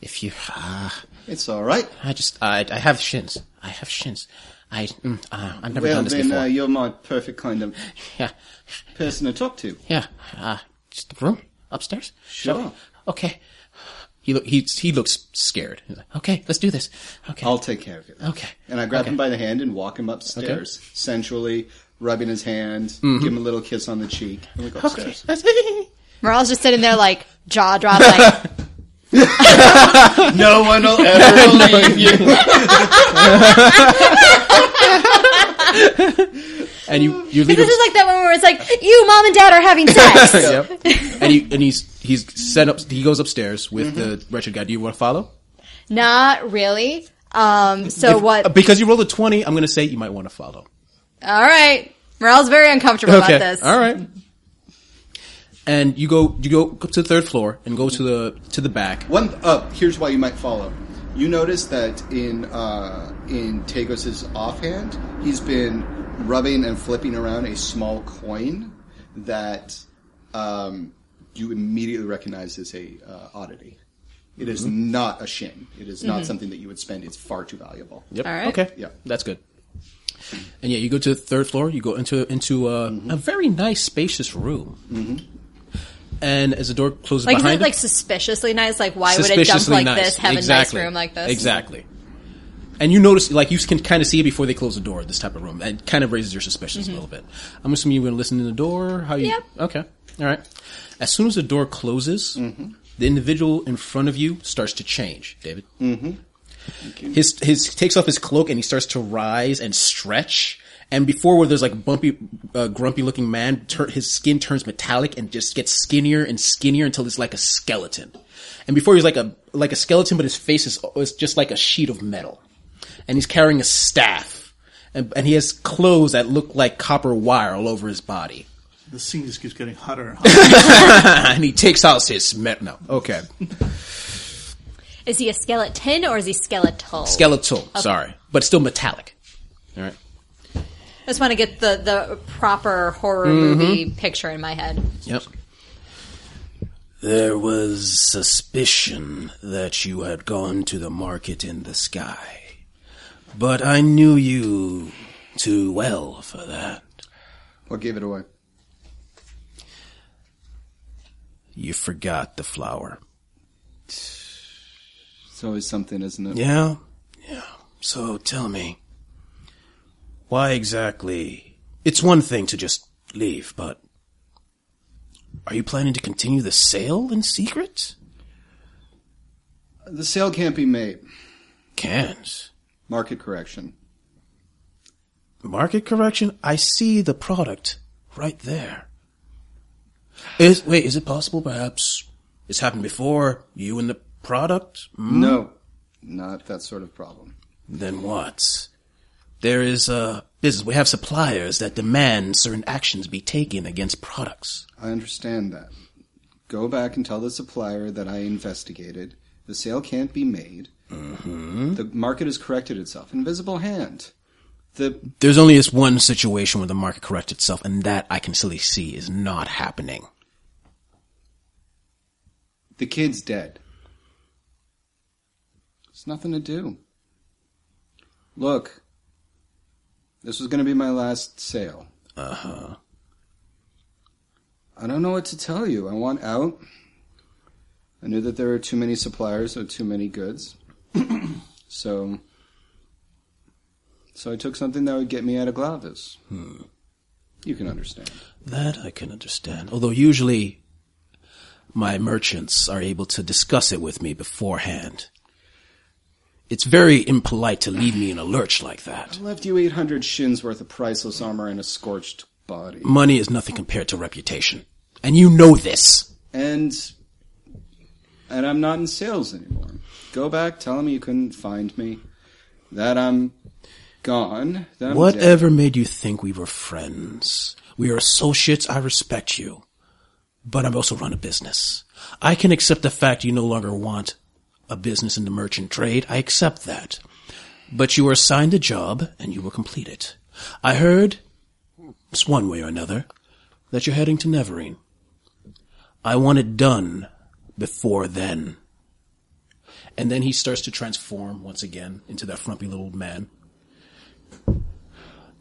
[SPEAKER 4] if you. Uh,
[SPEAKER 5] It's all right.
[SPEAKER 4] I just, I, I have shins. I have shins. I, mm, uh, I've never
[SPEAKER 5] Well,
[SPEAKER 4] done this
[SPEAKER 5] then
[SPEAKER 4] before.
[SPEAKER 5] uh, you're my perfect kind of
[SPEAKER 4] yeah,
[SPEAKER 5] person to talk to.
[SPEAKER 4] yeah. Uh, just the room upstairs.
[SPEAKER 5] Sure.
[SPEAKER 4] Okay. He look, he he looks scared. He's like, okay, let's do this. Okay.
[SPEAKER 5] I'll take care of it.
[SPEAKER 4] Okay.
[SPEAKER 5] And I grab
[SPEAKER 4] Okay.
[SPEAKER 5] him by the hand and walk him upstairs, sensually rubbing his hand, give him a little kiss on the cheek, and we go
[SPEAKER 4] Mm-hmm. okay.
[SPEAKER 5] upstairs.
[SPEAKER 7] Morale's just sitting there like jaw dropped, like
[SPEAKER 5] No one will ever believe you.
[SPEAKER 4] and you you leave.
[SPEAKER 7] this
[SPEAKER 4] him-
[SPEAKER 7] is like that one where it's like you, mom, and dad are having sex.
[SPEAKER 4] yep. And he and he's he's sent up. He goes upstairs with
[SPEAKER 5] Mm-hmm.
[SPEAKER 4] the wretched guy. Do you want to follow?
[SPEAKER 7] Not really. Um. So
[SPEAKER 4] If- uh,
[SPEAKER 7] what?
[SPEAKER 4] Because you rolled a twenty, I'm going to say you might want to follow.
[SPEAKER 7] All right. Morale's very uncomfortable about this.
[SPEAKER 4] All right. And you go you go up to the third floor and go to the to the back.
[SPEAKER 5] One. Oh, here's why you might follow. You notice that in uh, in Tagos's offhand, he's been rubbing and flipping around a small coin that um, you immediately recognize as a uh, oddity. It is not a shin. It is not something that you would spend. It's far too valuable.
[SPEAKER 4] Yep.
[SPEAKER 7] All right.
[SPEAKER 4] Okay.
[SPEAKER 5] Yeah.
[SPEAKER 4] That's good. And yeah, you go to the third floor. You go into into uh,
[SPEAKER 7] Mm-hmm.
[SPEAKER 4] a very nice, spacious room. And as the door closes
[SPEAKER 7] Like, is
[SPEAKER 4] behind
[SPEAKER 7] it like
[SPEAKER 4] him,
[SPEAKER 7] suspiciously nice? Like, why would a dump
[SPEAKER 4] suspiciously
[SPEAKER 7] like this have
[SPEAKER 4] exactly.
[SPEAKER 7] a nice room like this?
[SPEAKER 4] Exactly. And you notice, like, you can kind of see it before they close the door. This type of room, and kind of raises your suspicions a little bit. I'm assuming you're going to listen to the door. How you?
[SPEAKER 7] Mm-hmm. Yep.
[SPEAKER 4] Okay. All right. As soon as the door closes, the individual in front of you starts to change. David. his his takes off his cloak and he starts to rise and stretch. And before, where there's like bumpy, uh, grumpy looking man, tur- his skin turns metallic and just gets skinnier and skinnier until it's like a skeleton. And before he was like a like a skeleton, but his face is, is just like a sheet of metal. And he's carrying a staff, and, and he has clothes that look like copper wire all over his body.
[SPEAKER 6] The scene just keeps getting hotter and hotter.
[SPEAKER 4] and he takes out his met. No, okay,
[SPEAKER 7] Is he a skeleton or is he skeletal?
[SPEAKER 4] skeletal. Sorry, but still metallic. All right.
[SPEAKER 7] I just want to get the, the proper horror
[SPEAKER 4] Mm-hmm.
[SPEAKER 7] movie picture in my head.
[SPEAKER 4] Yep. There was suspicion that you had gone to the market in the sky, but I knew you too well for that.
[SPEAKER 5] What gave it away?
[SPEAKER 4] You forgot the flower.
[SPEAKER 5] It's always something, isn't it?
[SPEAKER 4] Yeah? Yeah. So tell me, why exactly? It's one thing to just leave, but are you planning to continue the sale in secret?
[SPEAKER 5] The sale can't be made.
[SPEAKER 4] Can't.
[SPEAKER 5] Market correction.
[SPEAKER 4] Market correction? I see the product right there. Is, wait, is it possible perhaps it's happened before? You and the product? Mm,
[SPEAKER 5] No, not that sort of problem.
[SPEAKER 4] Then what? There is a business. We have suppliers that demand certain actions be taken against products.
[SPEAKER 5] I understand that. Go back and tell the supplier that I investigated. The sale can't be made. The market has corrected itself. Invisible hand. The
[SPEAKER 4] There's only this one situation where the market corrects itself, and that I can still see is not happening.
[SPEAKER 5] the kid's dead. There's nothing to do. Look, this was going to be my last sale.
[SPEAKER 4] Uh huh.
[SPEAKER 5] I don't know what to tell you. I want out. I knew that there are too many suppliers or too many goods. so so I took something that would get me out of Glavis. You can understand.
[SPEAKER 4] That I can understand. Although usually my merchants are able to discuss it with me beforehand. It's very impolite to leave me in a lurch like that.
[SPEAKER 5] I left you 800 shins worth of priceless armor and a scorched body.
[SPEAKER 4] Money is nothing compared to reputation. And you know this.
[SPEAKER 5] And and I'm not in sales anymore. Go back, tell them you couldn't find me. That I'm gone. That I'm dead.
[SPEAKER 4] Whatever made you think we were friends? We are associates, I respect you. But I also run a business. I can accept the fact you no longer want a business in the merchant trade. I accept that. But you were assigned a job and you will complete it. I heard, it's one way or another, that you're heading to Neverine. I want it done before then. And then he starts to transform once again into that frumpy little old man.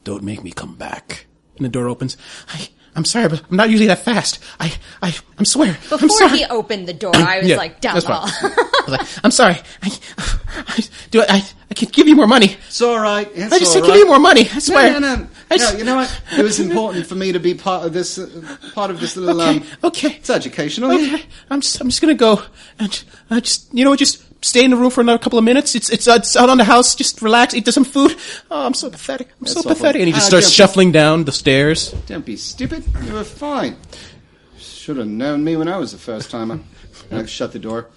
[SPEAKER 4] Don't make me come back. And the door opens. I, I'm sorry, but I'm not usually that fast. I, I, I'm swear. I'm
[SPEAKER 7] Before
[SPEAKER 4] sorry.
[SPEAKER 7] he opened the door, I was
[SPEAKER 4] Yeah,
[SPEAKER 7] like, dumb
[SPEAKER 4] that's fine. I was like, I'm sorry. I, I, do I, I can give you more money.
[SPEAKER 5] It's all right. It's
[SPEAKER 4] I just
[SPEAKER 5] all
[SPEAKER 4] said give
[SPEAKER 5] right.
[SPEAKER 4] you more money. I swear.
[SPEAKER 5] No, no, no.
[SPEAKER 4] I
[SPEAKER 5] No,
[SPEAKER 4] just-
[SPEAKER 5] you know what? It was important for me to be part of this, uh, part of this little.
[SPEAKER 4] Okay,
[SPEAKER 5] Um,
[SPEAKER 4] okay.
[SPEAKER 5] It's educational.
[SPEAKER 4] Okay, I'm just, I'm just gonna go and I just, you know, what, just stay in the room for another couple of minutes. It's, it's, uh, it's out on the house. Just relax, eat some food. Oh, I'm so pathetic. I'm so
[SPEAKER 5] awful.
[SPEAKER 4] pathetic. And he just
[SPEAKER 5] Ah,
[SPEAKER 4] starts
[SPEAKER 5] Jim.
[SPEAKER 4] shuffling down the stairs.
[SPEAKER 5] Don't be stupid. You were fine. Should have known me when I was the first timer. And I've shut the door.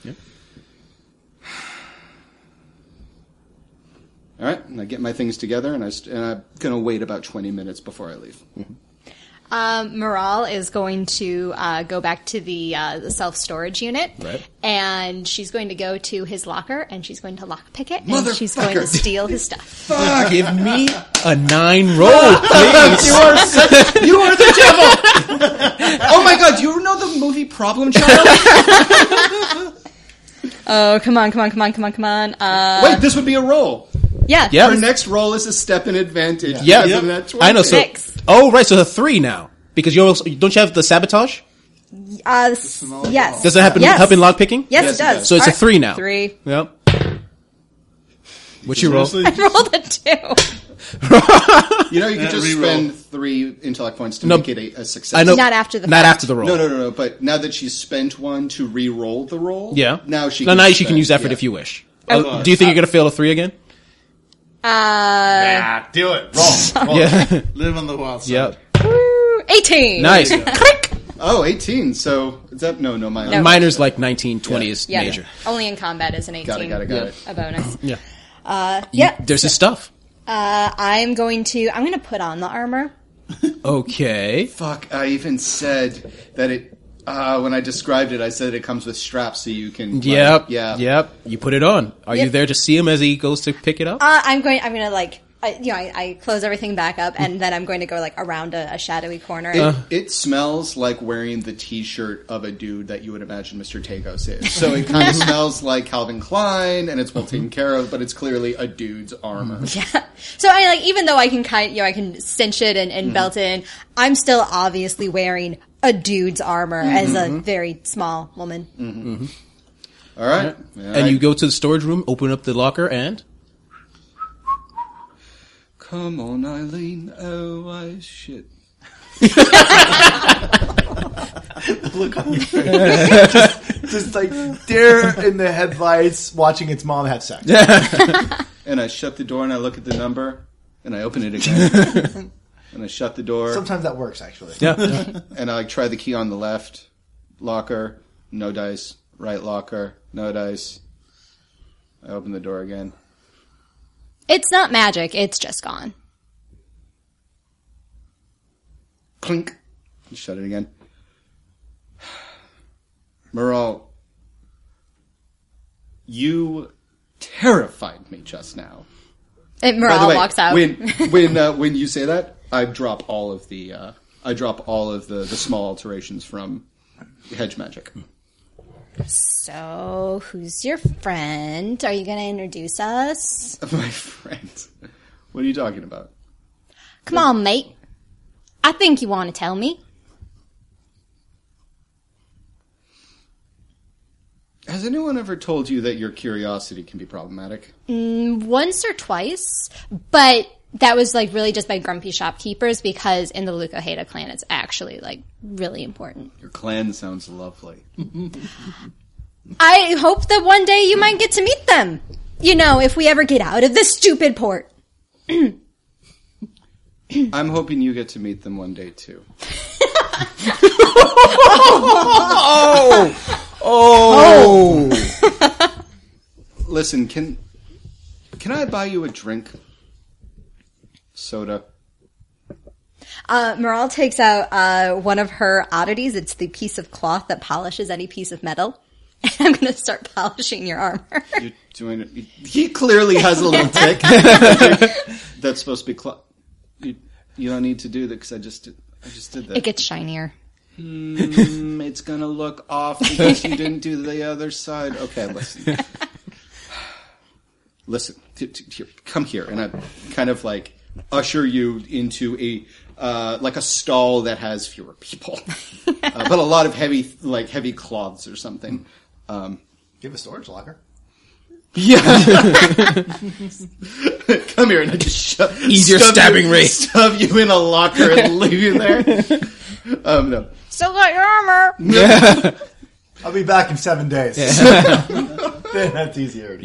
[SPEAKER 5] All right, and I get my things together, and I st- and I'm gonna wait about twenty minutes before I leave.
[SPEAKER 7] Um, Morale is going to uh, go back to the, uh, the self storage unit,
[SPEAKER 4] Right.
[SPEAKER 7] and she's going to go to his locker, and she's going to lockpick it, and she's going to
[SPEAKER 5] Motherfucker.
[SPEAKER 7] steal his stuff.
[SPEAKER 4] Give me a nine roll, please.
[SPEAKER 5] you are the devil! oh my god, do you know the movie Problem Child?
[SPEAKER 7] Oh, come on, come on, come on, come on, come on! Uh,
[SPEAKER 5] Wait, this would be a roll.
[SPEAKER 7] yeah,
[SPEAKER 4] Yeah.
[SPEAKER 5] Her next roll is a step in advantage.
[SPEAKER 4] Yeah,
[SPEAKER 5] because of that
[SPEAKER 4] I know. So,
[SPEAKER 7] Six.
[SPEAKER 4] oh right, so the three now because you also don't you have the sabotage?
[SPEAKER 7] Uh, s- yes,
[SPEAKER 4] Does that happen?
[SPEAKER 7] Yes.
[SPEAKER 4] Help in lock picking?
[SPEAKER 7] Yes,
[SPEAKER 5] Yes,
[SPEAKER 7] it
[SPEAKER 5] it
[SPEAKER 7] does.
[SPEAKER 5] does.
[SPEAKER 4] So it's a
[SPEAKER 7] Alright.
[SPEAKER 4] three now.
[SPEAKER 7] Three.
[SPEAKER 4] Yep. What you roll?
[SPEAKER 6] Seriously?
[SPEAKER 7] Rolled a two.
[SPEAKER 5] You know, you could
[SPEAKER 6] Yeah,
[SPEAKER 5] just
[SPEAKER 6] reroll.
[SPEAKER 5] spend three intellect points to
[SPEAKER 4] No,
[SPEAKER 5] make it a, a success.
[SPEAKER 4] I know.
[SPEAKER 7] Not after the
[SPEAKER 4] Not
[SPEAKER 7] fact.
[SPEAKER 4] after the roll.
[SPEAKER 5] No, no, no, no. But now that she's spent one to re-roll the roll,
[SPEAKER 4] Yeah.
[SPEAKER 5] Now she
[SPEAKER 4] No,
[SPEAKER 5] can
[SPEAKER 4] now she
[SPEAKER 5] spend-
[SPEAKER 4] can use effort
[SPEAKER 5] yeah.
[SPEAKER 4] if you wish. Uh, do you think you're gonna fail a three again?
[SPEAKER 7] Uh,
[SPEAKER 6] ah, do it. Roll. roll.
[SPEAKER 4] Yeah.
[SPEAKER 6] Live on the wild side.
[SPEAKER 4] yep.
[SPEAKER 7] woo, eighteen.
[SPEAKER 4] Nice.
[SPEAKER 5] Oh, 18. So is that no, no, my
[SPEAKER 7] No.
[SPEAKER 4] Minor's like 19, 20 is
[SPEAKER 7] Yeah,
[SPEAKER 4] major.
[SPEAKER 7] only in combat is an eighteen.
[SPEAKER 5] Got it, got it, got it.
[SPEAKER 7] A bonus.
[SPEAKER 4] Yeah.
[SPEAKER 7] Uh, yeah.
[SPEAKER 4] There's his stuff.
[SPEAKER 7] Uh, I'm going to. I'm going to put on the armor.
[SPEAKER 4] Okay.
[SPEAKER 5] Fuck, I even said that it. Uh, when I described it, I said it comes with straps so you can. like,
[SPEAKER 4] Yep.
[SPEAKER 5] yeah.
[SPEAKER 4] Yep. You put it on. Are you
[SPEAKER 7] Yep.
[SPEAKER 4] there to see him as he goes to pick it up?
[SPEAKER 7] Uh, I'm going. I'm gonna like. I, you know, I, I close everything back up, and then I'm going to go like around a, a shadowy corner.
[SPEAKER 4] Uh.
[SPEAKER 5] It, it smells like wearing the T-shirt of a dude that you would imagine Mr. Tagos is. So it kind of smells like Calvin Klein, and it's well
[SPEAKER 4] Mm-hmm.
[SPEAKER 5] taken care of, but it's clearly a dude's armor.
[SPEAKER 7] Mm-hmm. so I like, even though I can kind, you know, I can cinch it and, and
[SPEAKER 5] Mm-hmm.
[SPEAKER 7] belt it in. I'm still obviously wearing a dude's armor as
[SPEAKER 5] Mm-hmm.
[SPEAKER 7] a very small woman.
[SPEAKER 5] Mm. All right,
[SPEAKER 4] and you go to the storage room, open up the locker, and
[SPEAKER 5] come on, Eileen. Oh, I shit.
[SPEAKER 3] Just like deer in the headlights, watching its mom have sex.
[SPEAKER 5] And I shut the door, and I look at the number, and I open it again, and I shut the door,
[SPEAKER 3] Sometimes that works actually.
[SPEAKER 4] yeah,
[SPEAKER 5] and I like try the key on the left locker, no dice. Right locker, no dice. I open the door again.
[SPEAKER 1] It's not magic, it's just gone.
[SPEAKER 5] Clink. Shut it again. Moral, you terrified me just now. By the
[SPEAKER 1] And Morale
[SPEAKER 5] way,
[SPEAKER 1] walks out.
[SPEAKER 5] when when uh, when you say that, I drop all of the uh, I drop all of the, the small alterations from hedge magic.
[SPEAKER 7] So, Oh, who's your friend? Are you going to introduce us?
[SPEAKER 5] My friend, what are you talking about?
[SPEAKER 1] Come on, mate. I think you want to tell me.
[SPEAKER 5] Has anyone ever told you that your curiosity can be problematic?
[SPEAKER 1] once or twice, but that was like really just by grumpy shopkeepers because in the Lucoheda clan, it's actually like really important.
[SPEAKER 5] Your clan sounds lovely.
[SPEAKER 7] I hope that one day you might get to meet them. You know, if we ever get out of this stupid port.
[SPEAKER 5] I'm hoping you get to meet them one day too. oh, oh! Listen, can can I buy you a drink? Soda.
[SPEAKER 7] Uh, Morale takes out uh, one of her oddities. It's the piece of cloth that polishes any piece of metal. And I'm going to start polishing your armor.
[SPEAKER 5] You're doing it. He clearly has a little tick. That's supposed to be. Cl- you, you don't need to do that because I just did. I just did that.
[SPEAKER 1] It gets shinier.
[SPEAKER 5] Mm, it's gonna look off because you didn't do the other side. Okay, listen. listen, t- t- here, come here, and I kind of like usher you into a uh, like a stall that has fewer people, uh, but a lot of heavy like heavy cloths or something. Um,
[SPEAKER 3] Give a storage locker.
[SPEAKER 5] come here, and I just shove,
[SPEAKER 4] Easier
[SPEAKER 5] stuff
[SPEAKER 4] stabbing
[SPEAKER 5] you,
[SPEAKER 4] rate.
[SPEAKER 5] Stuff you in a locker and leave you there. Um, no.
[SPEAKER 7] Still got your armor.
[SPEAKER 3] I'll be back in seven days. That's easier.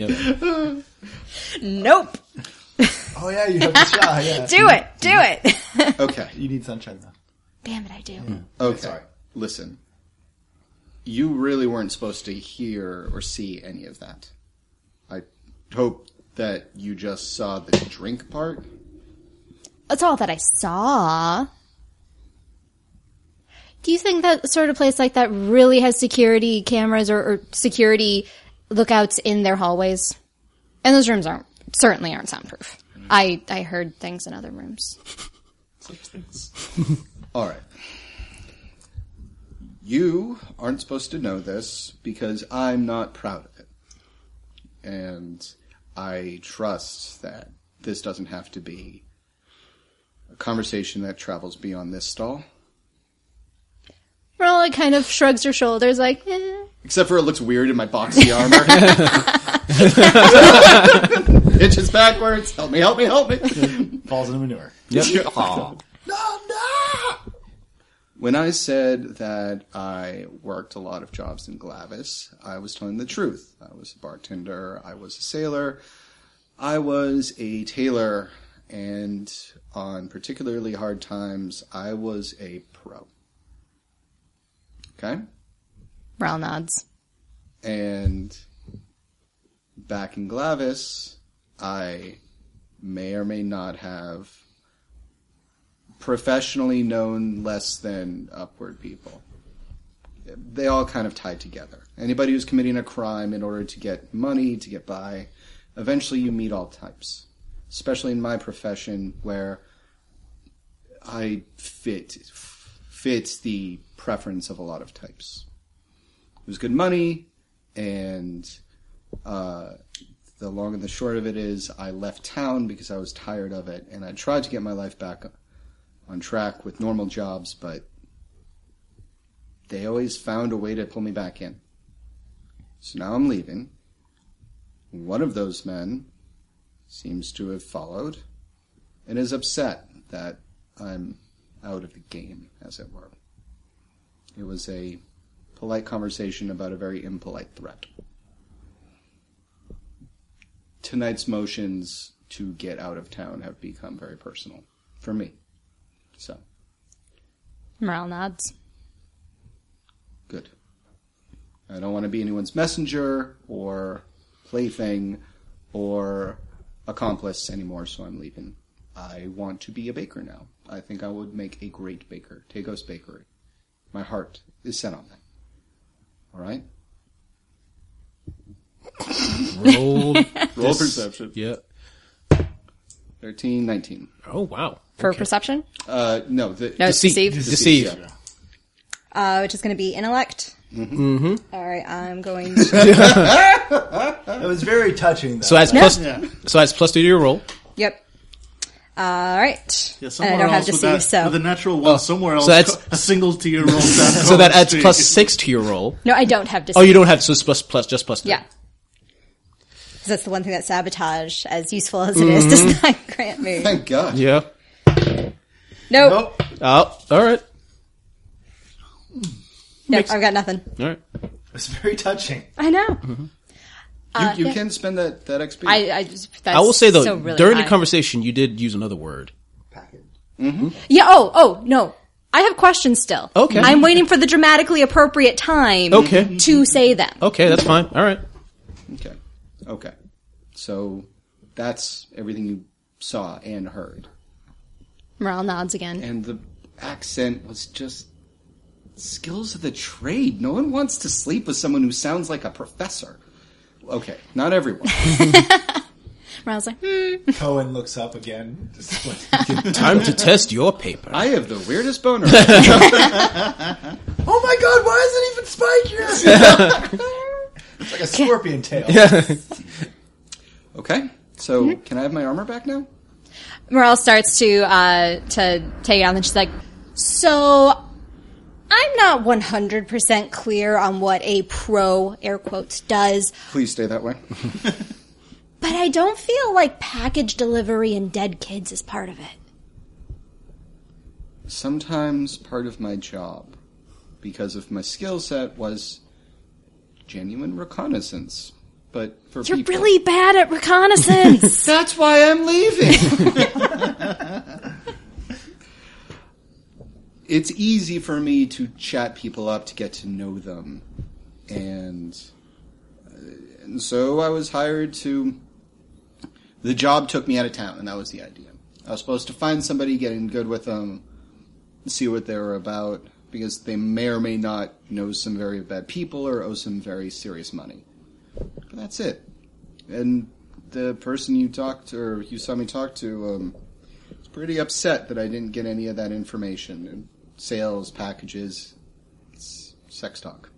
[SPEAKER 7] Nope.
[SPEAKER 3] Oh yeah, you have to try. Yeah.
[SPEAKER 7] Do it. Do it.
[SPEAKER 5] Okay.
[SPEAKER 3] You need sunshine though.
[SPEAKER 8] Damn it, I do.
[SPEAKER 5] Okay.
[SPEAKER 3] Sorry.
[SPEAKER 5] Listen. You really weren't supposed to hear or see any of that. I hope that you just saw the drink part.
[SPEAKER 1] That's all that I saw. Do you think that sort of place like that really has security cameras or, or security lookouts in their hallways? And those rooms aren't certainly aren't soundproof. I I heard things in other rooms.
[SPEAKER 5] All right. You aren't supposed to know this because I'm not proud of it. And I trust that this doesn't have to be a conversation that travels beyond this stall.
[SPEAKER 1] Rolla kind of shrugs her shoulders, like, eh.
[SPEAKER 5] Except for it looks weird in my boxy armor. Itches backwards. Help me, help me, help me.
[SPEAKER 3] Falls in the manure.
[SPEAKER 5] Aw. When I said that I worked a lot of jobs in Glavis, I was telling the truth. I was a bartender, I was a sailor, I was a tailor, and on particularly hard times, I was a pro. Okay?
[SPEAKER 1] Morale nods.
[SPEAKER 5] and back in Glavis, I may or may not have professionally known less than upward people. They all kind of tie together. Anybody who's committing a crime in order to get money, to get by, eventually you meet all types. Especially in my profession where I fit fits the preference of a lot of types. It was good money, and uh, the long and the short of it is, I left town because I was tired of it, and I tried to get my life back on track with normal jobs, but they always found a way to pull me back in. So now I'm leaving. One of those men seems to have followed and is upset that I'm out of the game, as it were. It was a polite conversation about a very impolite threat. Tonight's motions to get out of town have become very personal for me. So,
[SPEAKER 1] Morale nods.
[SPEAKER 5] good. I don't want to be anyone's messenger or plaything or accomplice anymore, so I'm leaving. I want to be a baker now. I think I would make a great baker. Tagos Bakery. My heart is set on that. All right?
[SPEAKER 4] Roll.
[SPEAKER 5] Roll perception.
[SPEAKER 4] yeah.
[SPEAKER 5] 13, 19.
[SPEAKER 4] Oh wow.
[SPEAKER 1] For perception?
[SPEAKER 5] Uh, no, the,
[SPEAKER 7] No, it's
[SPEAKER 4] Deceive.
[SPEAKER 7] deceived.
[SPEAKER 4] Deceive.
[SPEAKER 7] Uh, which is going to be intellect. Mm-hmm. right, I'm going to.
[SPEAKER 3] It was very touching, though.
[SPEAKER 4] So that's plus.
[SPEAKER 6] Yeah.
[SPEAKER 4] So that's plus two to your roll.
[SPEAKER 7] yep. All right.
[SPEAKER 6] Yeah,
[SPEAKER 7] and
[SPEAKER 6] somewhere
[SPEAKER 7] I don't have
[SPEAKER 6] else with that-
[SPEAKER 7] deceive, so
[SPEAKER 6] with a natural one. somewhere else,
[SPEAKER 4] Oh, so that's-
[SPEAKER 6] co- a single tier roll.
[SPEAKER 4] So that adds plus six to your roll.
[SPEAKER 7] no, I don't have deceive.
[SPEAKER 4] Oh, you don't have so it's plus plus just plus two.
[SPEAKER 7] Yeah. 'Cause that's the one thing that sabotage, as useful as it is, does not grant me.
[SPEAKER 5] Thank God.
[SPEAKER 4] Yeah.
[SPEAKER 7] Nope. Nope.
[SPEAKER 3] Oh,
[SPEAKER 4] Oh, all right.
[SPEAKER 7] I've got nothing.
[SPEAKER 4] All right.
[SPEAKER 3] it was very touching.
[SPEAKER 7] I know.
[SPEAKER 4] Mm-hmm.
[SPEAKER 5] you you can spend that, that XP.
[SPEAKER 7] Uh, I, I, just, that's
[SPEAKER 4] I will say though,
[SPEAKER 7] so really
[SPEAKER 4] during
[SPEAKER 7] high.
[SPEAKER 4] the conversation, you did use another word.
[SPEAKER 3] Packet.
[SPEAKER 7] Yeah. Oh. Oh. No. I have questions still.
[SPEAKER 4] Okay.
[SPEAKER 7] I'm waiting for the dramatically appropriate time.
[SPEAKER 4] Okay.
[SPEAKER 7] To say them.
[SPEAKER 4] Okay, that's fine. All right.
[SPEAKER 5] Okay. Okay. So that's everything you saw and heard.
[SPEAKER 1] Morale nods again.
[SPEAKER 5] And the accent was just skills of the trade. No one wants to sleep with someone who sounds like a professor. Okay, not everyone.
[SPEAKER 1] Morale's like, hmm.
[SPEAKER 3] Cohen looks up again. Just like,
[SPEAKER 4] Time to test your paper.
[SPEAKER 5] I have the weirdest boner.
[SPEAKER 3] oh my god, why is it even spiky? it's like a scorpion tail.
[SPEAKER 5] Okay, so can I have my armor back now?
[SPEAKER 1] Morale starts to uh, to take it on, and she's like,
[SPEAKER 7] So I'm not 100% clear on what a pro air quotes does,
[SPEAKER 5] Please stay that way.
[SPEAKER 7] but I don't feel like package delivery and dead kids is part of it.
[SPEAKER 5] sometimes part of my job because of my skill set was genuine reconnaissance. But for
[SPEAKER 7] You're
[SPEAKER 5] people,
[SPEAKER 7] really bad at reconnaissance.
[SPEAKER 5] that's why I'm leaving. it's easy for me to chat people up to get to know them, and, uh, and so I was hired to. The job took me out of town, and that was the idea. I was supposed to find somebody, get in good with them, see what they're about because they may or may not know some very bad people or owe some very serious money. But that's it. And the person you talked or you saw me talk to um, was pretty upset that I didn't get any of that information and sales packages, it's sex talk.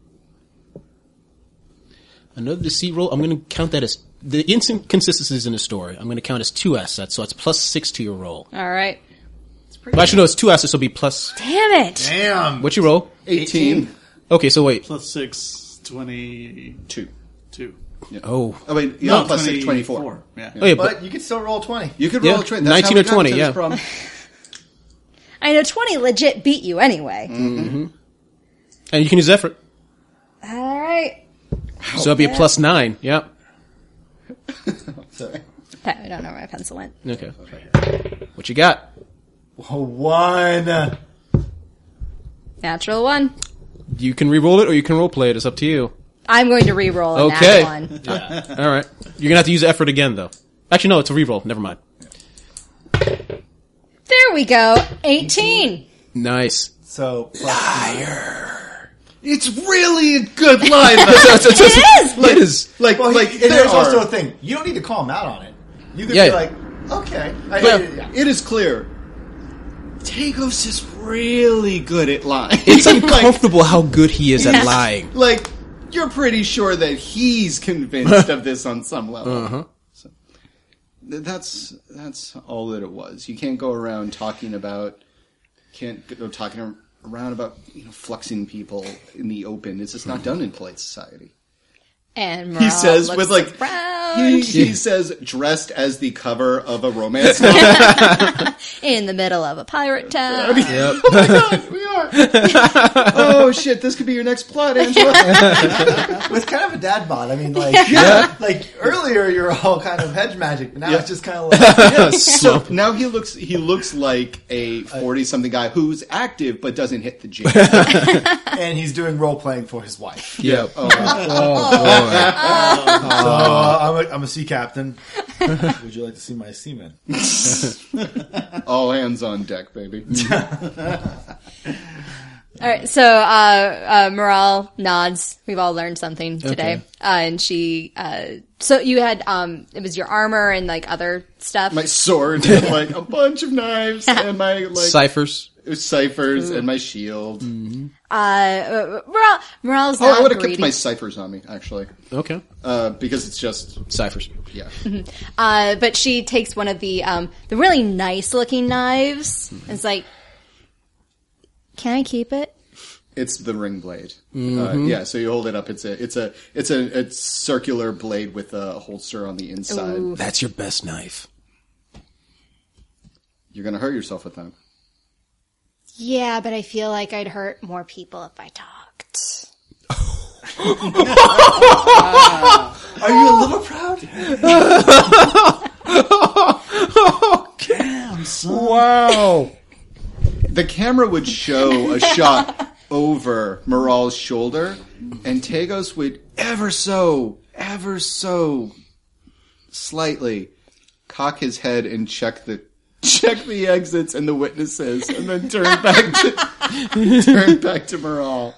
[SPEAKER 4] Another deceit roll. I'm going to count that as the inconsistencies in the story. I'm going to count as two assets, so that's plus six to your roll.
[SPEAKER 7] All right.
[SPEAKER 4] Well, actually, no, it's two assets, so it'll be plus.
[SPEAKER 7] Damn it.
[SPEAKER 6] Damn.
[SPEAKER 4] What you roll?
[SPEAKER 5] 18.
[SPEAKER 4] Okay, so wait.
[SPEAKER 6] Plus six, 22.
[SPEAKER 5] Two.
[SPEAKER 4] Oh,
[SPEAKER 5] Oh, wait, yeah, plus six, 24.
[SPEAKER 6] Yeah.
[SPEAKER 4] oh yeah, but
[SPEAKER 3] But you can still roll 20.
[SPEAKER 5] You could
[SPEAKER 4] Yeah,
[SPEAKER 5] roll a 20. That's
[SPEAKER 4] 19
[SPEAKER 5] how
[SPEAKER 4] or
[SPEAKER 5] we got
[SPEAKER 4] 20,
[SPEAKER 5] to this
[SPEAKER 4] yeah.
[SPEAKER 5] problem.
[SPEAKER 7] I know 20 legit beat you anyway.
[SPEAKER 4] and you can use effort,
[SPEAKER 7] All right.
[SPEAKER 4] so it'll be a plus nine. Yeah.
[SPEAKER 7] Pa- I don't know where my pencil went.
[SPEAKER 4] Okay. What you got?
[SPEAKER 3] Oh, one.
[SPEAKER 7] Natural one.
[SPEAKER 4] You can re-roll it, or you can role play it. It's up to you.
[SPEAKER 7] I'm going to re-roll a nat
[SPEAKER 4] Okay.
[SPEAKER 7] one.
[SPEAKER 4] All right. You're gonna have to use effort again, though. Actually, no, it's a re-roll. Never mind.
[SPEAKER 1] There we go. 18.
[SPEAKER 4] Nice.
[SPEAKER 3] So plus,
[SPEAKER 5] It's really a good line.
[SPEAKER 4] it is.
[SPEAKER 5] like,
[SPEAKER 3] well, he-
[SPEAKER 5] like
[SPEAKER 3] and
[SPEAKER 5] there
[SPEAKER 3] there's
[SPEAKER 5] are,
[SPEAKER 3] also a thing. You don't need to call him out on it. You could
[SPEAKER 4] Yeah.
[SPEAKER 3] be like, okay, I-
[SPEAKER 5] but
[SPEAKER 3] yeah.
[SPEAKER 5] it is clear. Tagos is really good at lying.
[SPEAKER 4] It's
[SPEAKER 5] Like-
[SPEAKER 4] uncomfortable how good he is at lying.
[SPEAKER 5] like you're pretty sure that he's convinced of this on some level.
[SPEAKER 4] Uh-huh.
[SPEAKER 5] So, th- that's that's all that it was. You can't go around talking about can't go talking ar- around about you know fluxing people in the open. It's just not done in polite society.
[SPEAKER 1] And
[SPEAKER 5] He
[SPEAKER 1] Morale
[SPEAKER 5] says
[SPEAKER 1] looks
[SPEAKER 5] with like
[SPEAKER 1] around
[SPEAKER 5] he, he says dressed as the cover of a romance novel.
[SPEAKER 1] in the middle of a pirate town.
[SPEAKER 5] we are. oh shit! This could be your next plot, Angela.
[SPEAKER 3] with kind of a dad bod. I mean, like, like earlier you were all kind of hedge magic, but now it's just kind of like
[SPEAKER 4] so,
[SPEAKER 5] now he looks he looks like a forty something guy who's active but doesn't hit the gym.
[SPEAKER 3] and he's doing role playing for his wife.
[SPEAKER 4] yeah.
[SPEAKER 5] Uh,
[SPEAKER 3] So uh, I'm, a, I'm a sea captain. Would you like to see my seaman?
[SPEAKER 5] All hands on deck, baby.
[SPEAKER 7] All right, so uh, uh, Morale nods. We've all learned something today,
[SPEAKER 4] Okay.
[SPEAKER 7] uh, and she. Uh, so you had um, it was your armor and like other stuff.
[SPEAKER 5] my sword, and, like a bunch of knives, and my like
[SPEAKER 4] Ciphers.
[SPEAKER 5] ciphers, and my shield.
[SPEAKER 7] uh, uh, Morale, Morale's
[SPEAKER 5] Oh, I
[SPEAKER 7] not
[SPEAKER 5] would have kept
[SPEAKER 7] greedy.
[SPEAKER 5] my ciphers on me actually,
[SPEAKER 4] Okay.
[SPEAKER 5] uh, because it's just
[SPEAKER 4] Ciphers.
[SPEAKER 5] yeah.
[SPEAKER 7] Uh, but she takes one of the um, the really nice looking knives. and It's like,
[SPEAKER 1] Can I keep it?
[SPEAKER 5] It's the ring blade. Uh, yeah, so you hold it up. It's a it's a it's a it's circular blade with a holster on the inside.
[SPEAKER 4] That's your best knife.
[SPEAKER 5] You're gonna hurt yourself with them.
[SPEAKER 1] Yeah, but I feel like I'd hurt more people if I talked.
[SPEAKER 3] Are you a little proud?
[SPEAKER 4] Wow.
[SPEAKER 5] The camera would show a shot over Moral's shoulder, and Tagos would ever so, ever so slightly cock his head and check the check the exits and the witnesses, and then turn back to turn back to Moral.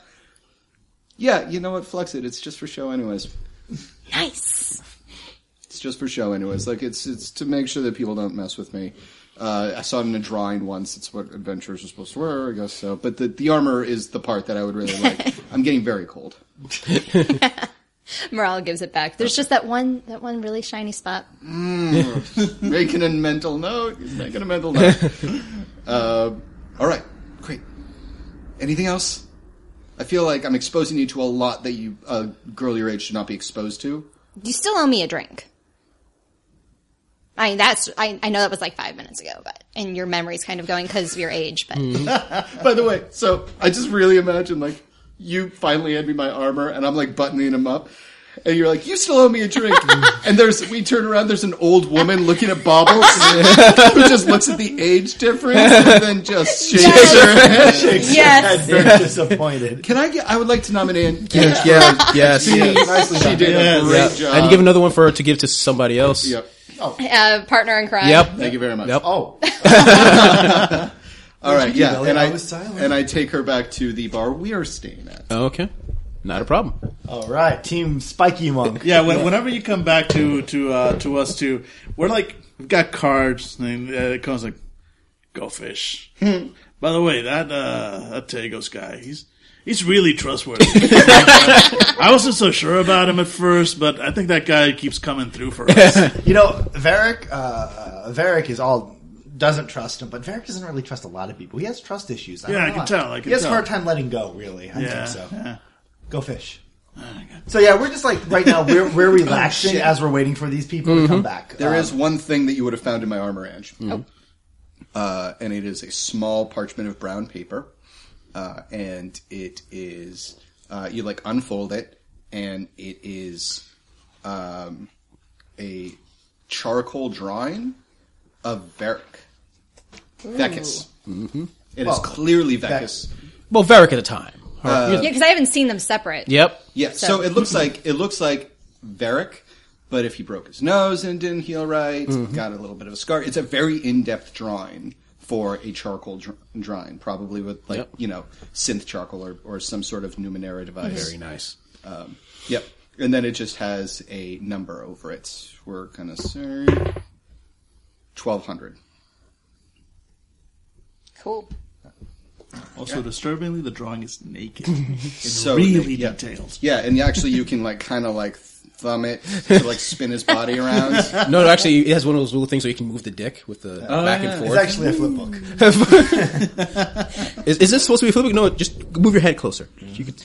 [SPEAKER 5] Yeah, you know what? Flex it. It's just for show, anyways.
[SPEAKER 1] Nice.
[SPEAKER 5] It's just for show, anyways. Like it's it's to make sure that people don't mess with me. Uh, I saw it in a drawing once. It's what adventurers are supposed to wear, I guess so. But the the armor is the part that I would really like. I'm getting very cold.
[SPEAKER 7] Morale gives it back. There's just that one that one really shiny spot.
[SPEAKER 5] Making a mental note. He's making a mental note. Uh, all right, great. Anything else? I feel like I'm exposing you to a lot that you a girl your age should not be exposed to.
[SPEAKER 7] You still owe me a drink. I mean, that's I, I know that was like five minutes ago, but and your memory's kind of going because of your age. But
[SPEAKER 4] Mm-hmm.
[SPEAKER 5] By the way, so I just really imagine like you finally hand me my armor and I'm like buttoning him up. And you're like, you still owe me a drink. and there's, we turn around, there's an old woman looking at Bobbles who just looks at the age difference and then just shakes her head.
[SPEAKER 3] Yes. Very disappointed.
[SPEAKER 5] Can I get, I would like to nominate Anne.
[SPEAKER 4] Yes. Yeah. Yes.
[SPEAKER 3] Nicely
[SPEAKER 5] She
[SPEAKER 3] done.
[SPEAKER 5] did a great job.
[SPEAKER 4] And you give another one for her to give to somebody else.
[SPEAKER 5] Yep. Oh,
[SPEAKER 7] uh, partner in crime.
[SPEAKER 4] Yep.
[SPEAKER 5] Thank you very much.
[SPEAKER 4] Yep.
[SPEAKER 3] Oh,
[SPEAKER 5] All right. Yeah.
[SPEAKER 3] Billy?
[SPEAKER 5] And
[SPEAKER 3] I
[SPEAKER 5] I,
[SPEAKER 3] was silent.
[SPEAKER 5] and I take her back to the bar we are staying at.
[SPEAKER 4] Okay. Not a problem.
[SPEAKER 3] all right, Team Spiky Monk.
[SPEAKER 6] Yeah, when, whenever you come back to to uh, to us too, we're like we've got cards, and uh, it comes like, go fish. By the way, that uh, that Tagos guy, he's he's really trustworthy. I wasn't so sure about him at first, but I think that guy keeps coming through for us.
[SPEAKER 3] You know, Varric, uh, Varric is all doesn't trust him, but Varric doesn't really trust a lot of people. He has trust issues. I
[SPEAKER 6] Yeah,
[SPEAKER 3] don't
[SPEAKER 6] I
[SPEAKER 3] know
[SPEAKER 6] can
[SPEAKER 3] why.
[SPEAKER 6] tell, I can
[SPEAKER 3] he has
[SPEAKER 6] tell.
[SPEAKER 3] a hard time letting go. Really, I
[SPEAKER 6] Yeah,
[SPEAKER 3] think so.
[SPEAKER 6] yeah. Oh,
[SPEAKER 3] Go fish. So yeah, we're just like right now we're we're relaxing as we're waiting for these people to come back.
[SPEAKER 5] Oh, Mm-hmm.
[SPEAKER 3] Um,
[SPEAKER 5] There is one thing that you would have found in my armor, Ange. Uh, and it is a small parchment of brown paper. Uh, and it is, uh, you like unfold it, and it is um, a charcoal drawing of Varric. Vecus. Mm-hmm.
[SPEAKER 3] Well,
[SPEAKER 5] clearly Vecus.
[SPEAKER 4] Well, Varric at a time. All right.
[SPEAKER 7] Yeah, because I haven't seen them separate.
[SPEAKER 4] yep.
[SPEAKER 5] Yeah, so, it looks like it looks like Varric, but
[SPEAKER 4] Mm-hmm.
[SPEAKER 5] if he broke his nose and didn't heal right, got a little bit of a scar. It's a very in-depth drawing for a charcoal dr- drawing, probably with like
[SPEAKER 4] Yep.
[SPEAKER 5] you know synth charcoal or, or some sort of Numenera device.
[SPEAKER 4] Very nice.
[SPEAKER 5] Yep. And then it just has a number over it. We're gonna say twelve hundred.
[SPEAKER 1] Cool.
[SPEAKER 6] Also, disturbingly, the drawing is naked. in
[SPEAKER 5] So
[SPEAKER 6] really
[SPEAKER 5] yeah.
[SPEAKER 6] detailed.
[SPEAKER 5] Yeah, and actually you can like kind of like thumb it to like spin his body around.
[SPEAKER 4] No, no, actually, it has one of those little things where you can move the dick with the
[SPEAKER 5] Oh,
[SPEAKER 4] back and
[SPEAKER 3] It's
[SPEAKER 4] forth.
[SPEAKER 3] actually a flip book.
[SPEAKER 4] is, is this supposed to be flipping? No, just move your head closer.
[SPEAKER 5] Mm-hmm.
[SPEAKER 4] You could,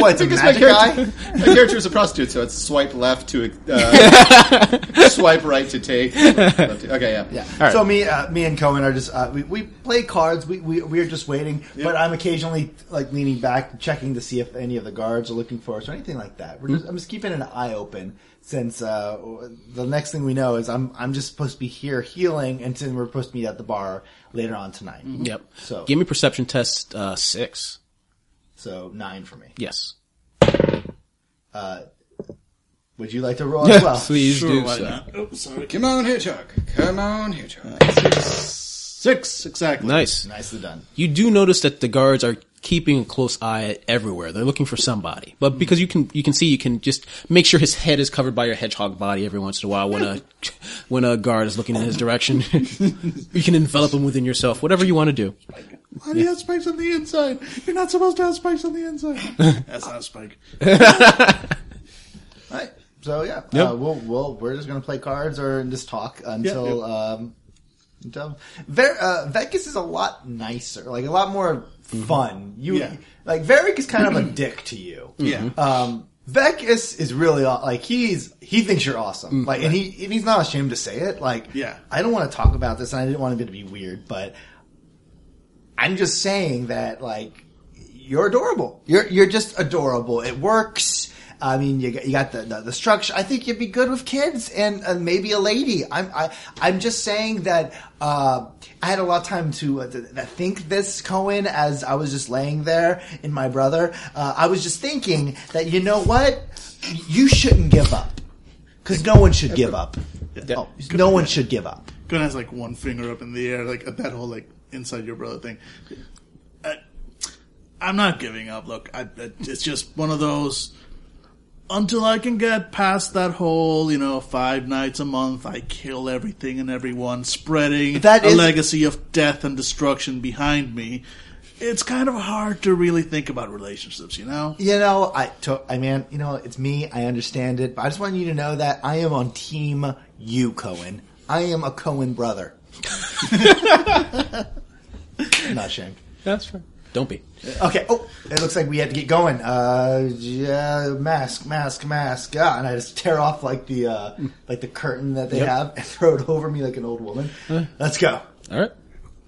[SPEAKER 3] What, it's a
[SPEAKER 5] Because my
[SPEAKER 3] magic
[SPEAKER 5] character,
[SPEAKER 3] guy?
[SPEAKER 5] my character is a prostitute, so it's swipe left to uh, swipe right to take. Okay, yeah,
[SPEAKER 3] Yeah.
[SPEAKER 4] right.
[SPEAKER 3] So me, uh, me and Cohen are just uh, we, we play cards. We we we are just waiting, but I'm occasionally like leaning back, checking to see if any of the guards are looking for us or anything like that. We're just, I'm just keeping an eye open since uh, the next thing we know is I'm I'm just supposed to be here healing, and then we're supposed to meet at the bar later on tonight.
[SPEAKER 4] yep.
[SPEAKER 3] So-
[SPEAKER 4] Give me perception test uh, six.
[SPEAKER 3] So nine for me. Uh,
[SPEAKER 4] Yes.
[SPEAKER 3] Would you like to roll as well?
[SPEAKER 4] Please
[SPEAKER 6] Sure,
[SPEAKER 4] do
[SPEAKER 6] why
[SPEAKER 4] so.
[SPEAKER 6] not? Oh, sorry.
[SPEAKER 5] Come on here, Chuck. Come on here, Chuck.
[SPEAKER 6] Six, exactly.
[SPEAKER 4] Nice.
[SPEAKER 3] Nicely done.
[SPEAKER 4] You do notice that the guards are keeping a close eye everywhere. They're looking for somebody, but because you can you can see you can just make sure his head is covered by your hedgehog body every once in a while when a when a guard is looking in his direction. you can envelop him within yourself, whatever you want to do.
[SPEAKER 6] Why do you have spikes on the inside? You're not supposed to have spikes on the inside. That's not a spike.
[SPEAKER 3] All right. So yeah,
[SPEAKER 4] Yep.
[SPEAKER 3] uh, we'll, we'll we're just gonna play cards or just talk until
[SPEAKER 6] yep.
[SPEAKER 3] um, until Ver, uh, Vegas is a lot nicer, like a lot more fun. You
[SPEAKER 6] Mm-hmm. Yeah.
[SPEAKER 3] like Varric is kind of a dick to you.
[SPEAKER 6] Yeah.
[SPEAKER 3] Um, Vegas is really aw- like he's he thinks you're awesome, like, and he and he's not ashamed to say it. Like,
[SPEAKER 6] Mm. Yeah.
[SPEAKER 3] I don't want to talk about this, and I didn't want it to be weird, but I'm just saying that like you're adorable. You're you're just adorable. It works. I mean, you got, you got the, the the structure. I think you'd be good with kids and uh, maybe a lady. I'm I I'm just saying that uh, I had a lot of time to, uh, to, to think this Cohen as I was just laying there in my brother. Uh, I was just thinking that you know what, you shouldn't give up because no one should give up. Oh, no one should give up.
[SPEAKER 6] Gun has like one finger up in the air, like at that whole like inside your brother thing. I, I'm not giving up. Look, I, I, it's just one of those. Until I can get past that whole, you know, five nights a month, I kill everything and everyone, spreading
[SPEAKER 3] That
[SPEAKER 6] a
[SPEAKER 3] is-
[SPEAKER 6] legacy of death and destruction behind me. It's kind of hard to really think about relationships, you know.
[SPEAKER 3] You know, I to, I mean, you know, it's me. I understand it, but I just want you to know that I am on team you, Cohen. I am a Cohen brother. Not ashamed.
[SPEAKER 4] That's right. Don't be.
[SPEAKER 3] Okay. Oh, it looks like we had to get going. Uh, yeah, mask, mask, mask. Ah, and I just tear off like the uh, like the curtain that they have and throw it over me like an old woman. Let's go.
[SPEAKER 4] All right.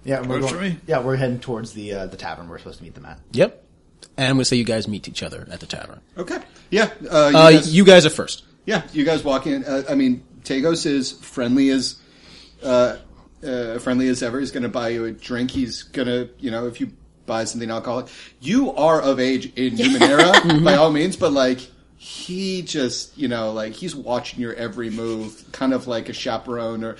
[SPEAKER 3] Yeah, we're
[SPEAKER 6] Works
[SPEAKER 3] going-
[SPEAKER 6] for me.
[SPEAKER 3] yeah, we're heading towards the uh, the tavern. We're supposed to meet them at.
[SPEAKER 4] Yep. And I'm gonna say you guys meet each other at the tavern.
[SPEAKER 5] Okay, yeah. Uh, you
[SPEAKER 4] Uh,
[SPEAKER 5] guys-
[SPEAKER 4] you guys are first.
[SPEAKER 5] Yeah, you guys walk in. Uh, I mean, Tagos is friendly as uh, uh, friendly as ever. He's going to buy you a drink. He's going to, you know, if you buy something alcoholic, you are of age in Numenera by all means. But like, he just, you know, like he's watching your every move, kind of like a chaperone. Or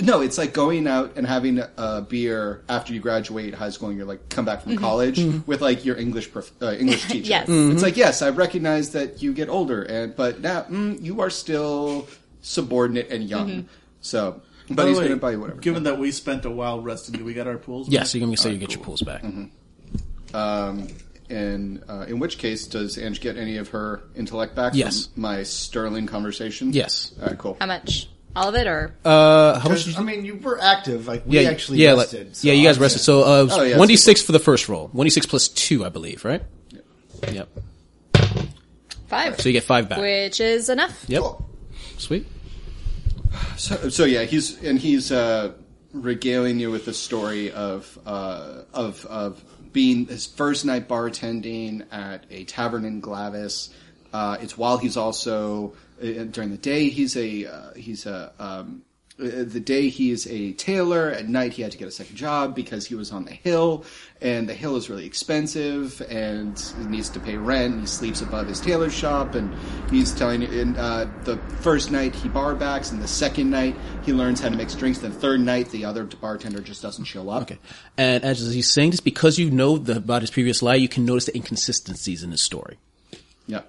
[SPEAKER 5] no, it's like going out and having a beer after you graduate high school and you're like come back from college with like your English prof- uh, English teacher.
[SPEAKER 7] Yes.
[SPEAKER 5] It's like, yes, I recognize that you get older, and but now mm, you are still subordinate and young. So, but
[SPEAKER 6] By the
[SPEAKER 5] he's
[SPEAKER 6] way,
[SPEAKER 5] going to buy you whatever.
[SPEAKER 6] Given that we spent a while resting, do we got our pools?
[SPEAKER 4] Yes, you're gonna say you get your pools back.
[SPEAKER 5] um, and uh, in which case, does Ange get any of her intellect back?
[SPEAKER 4] Yes.
[SPEAKER 5] From my sterling conversation.
[SPEAKER 4] Yes.
[SPEAKER 5] All right. Cool.
[SPEAKER 7] How much? All of it, or
[SPEAKER 4] Uh, how much? Did you
[SPEAKER 3] I mean, you were active. Like we actually
[SPEAKER 4] yeah, like-
[SPEAKER 3] rested.
[SPEAKER 4] yeah, you guys rested. So uh,
[SPEAKER 5] Oh, yeah,
[SPEAKER 4] one d six for the first roll, one d six plus two, I believe, right? Yep.
[SPEAKER 7] five?
[SPEAKER 4] So you get five back.
[SPEAKER 7] which is enough.
[SPEAKER 4] Yep. Sweet.
[SPEAKER 5] Uh, So, so yeah, he's and he's uh, regaling you with the story of uh, of of being his first night bartending at a tavern in Glavis. Uh, it's while he's also uh, during the day he's a uh, he's a um, uh, the day he is a tailor, at night he had to get a second job because he was on the hill, and the hill is really expensive, and he needs to pay rent. And he sleeps above his tailor shop, and he's telling. And uh, the first night he bar backs, and the second night he learns how to mix drinks. The third night, the other bartender just doesn't show up.
[SPEAKER 4] Okay. And as he's saying this, because you know the, about his previous lie, you can notice the inconsistencies in his story.
[SPEAKER 5] Yeah.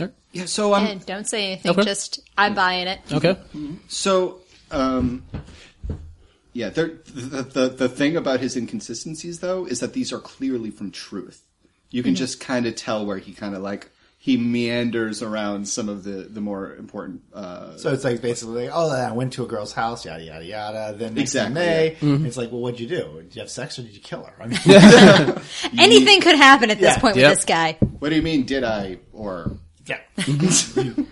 [SPEAKER 4] Alright.
[SPEAKER 5] Yeah. So I'm.
[SPEAKER 7] And don't say anything.
[SPEAKER 4] Okay.
[SPEAKER 7] Just I'm buying it.
[SPEAKER 4] Okay.
[SPEAKER 5] So, um, yeah, there, the, the the thing about his inconsistencies though is that these are clearly from truth. You can just kind of tell where he kind of like he meanders around some of the the more important. Uh,
[SPEAKER 3] So it's like basically, like, oh, I went to a girl's house, yada yada yada. Then next
[SPEAKER 5] Exactly,
[SPEAKER 3] May, it's like, well, what'd you do? Did you have sex or did you kill her? I mean,
[SPEAKER 7] Anything could happen at this
[SPEAKER 3] Mm. Yeah.
[SPEAKER 7] point
[SPEAKER 4] Yep.
[SPEAKER 7] with this guy.
[SPEAKER 5] what do you mean? Did I or?
[SPEAKER 3] yeah, You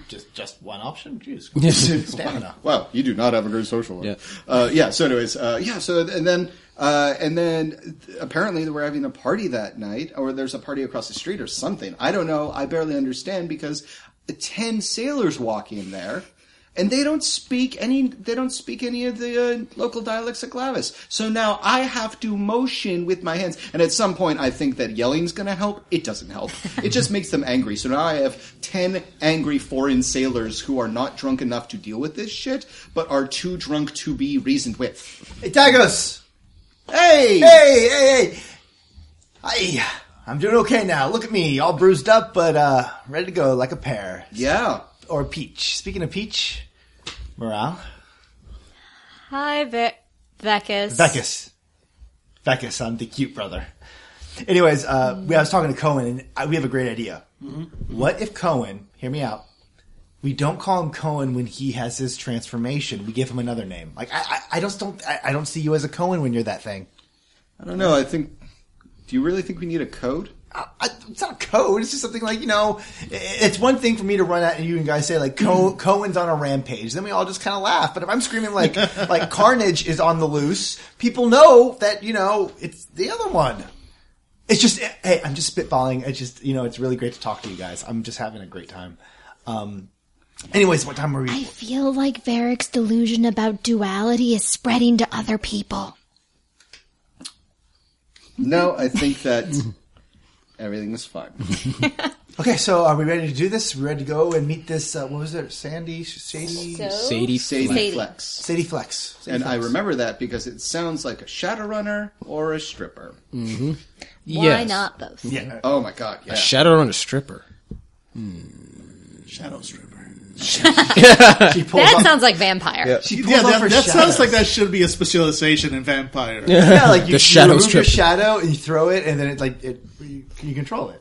[SPEAKER 3] just just one option. Jeez, come on. stamina.
[SPEAKER 5] Wow, you do not have a good social life.
[SPEAKER 4] Yeah.
[SPEAKER 5] Uh, yeah. So, anyways, uh, yeah. So, and then, uh, and then, uh, apparently, they were having a party that night, or there's a party across the street, or something. I don't know. I barely understand because ten sailors walk in there, and they don't speak any. They don't speak any of the uh, local dialects of Glavis. So now I have to motion with my hands, and at some point, I think that yelling's going to help. It doesn't help. it just makes them angry. So now I have ten angry foreign sailors who are not drunk enough to deal with this shit, but are too drunk to be reasoned with.
[SPEAKER 3] Hey, Dagos.
[SPEAKER 5] Hey!
[SPEAKER 3] Hey, hey, hey. Hi. I'm doing okay now. Look at me, all bruised up, but uh, ready to go like a pear
[SPEAKER 5] Yeah.
[SPEAKER 3] or peach. Speaking of peach, morale.
[SPEAKER 7] Hi, Ve- Vecus.
[SPEAKER 3] Vekas. Vekas, I'm the cute brother. Anyways, uh, we, I was talking to Cohen, and I, we have a great idea. What if Cohen, hear me out, we don't call him Cohen when he has his transformation. We give him another name. Like, I, I, I just don't, I, I don't see you as a Cohen when you're that thing.
[SPEAKER 5] I don't know. I think. Do you really think we need a code?
[SPEAKER 3] I, I- it's not a code. It's just something like, you know, i- it's one thing for me to run at you and guys say, like, Co- Cohen's on a rampage. Then we all just kind of laugh. But if I'm screaming, like, like Carnage is on the loose, people know that, you know, it's the other one. It's just, hey, I'm just spitballing. It's just, you know, it's really great to talk to you guys. I'm just having a great time. Um, anyways, what time are we?
[SPEAKER 8] I feel like Varric's delusion about duality is spreading to other people.
[SPEAKER 5] No, I think that everything was fine.
[SPEAKER 3] Okay, so are we ready to do this? we ready to go and meet this, uh, what was it? Sandy, Shady,
[SPEAKER 4] Sadie.
[SPEAKER 5] Sadie
[SPEAKER 4] Fleck.
[SPEAKER 5] Flex.
[SPEAKER 3] Sadie Flex.
[SPEAKER 5] And I remember that because it sounds like a Shadowrunner or a stripper.
[SPEAKER 7] Why not both?
[SPEAKER 5] Oh my god, yeah.
[SPEAKER 4] Shadow on a stripper.
[SPEAKER 6] Shadow stripper.
[SPEAKER 3] She pulls
[SPEAKER 7] That
[SPEAKER 3] off-
[SPEAKER 7] sounds like vampire.
[SPEAKER 3] she pulls
[SPEAKER 6] Yeah,
[SPEAKER 3] off her
[SPEAKER 6] that, that sounds
[SPEAKER 3] shadow.
[SPEAKER 6] like that should be a specialization in vampire.
[SPEAKER 3] Yeah, like you,
[SPEAKER 4] The shadow
[SPEAKER 3] you remove your
[SPEAKER 4] stripper.
[SPEAKER 3] shadow and you throw it, and then it like it you, you control it.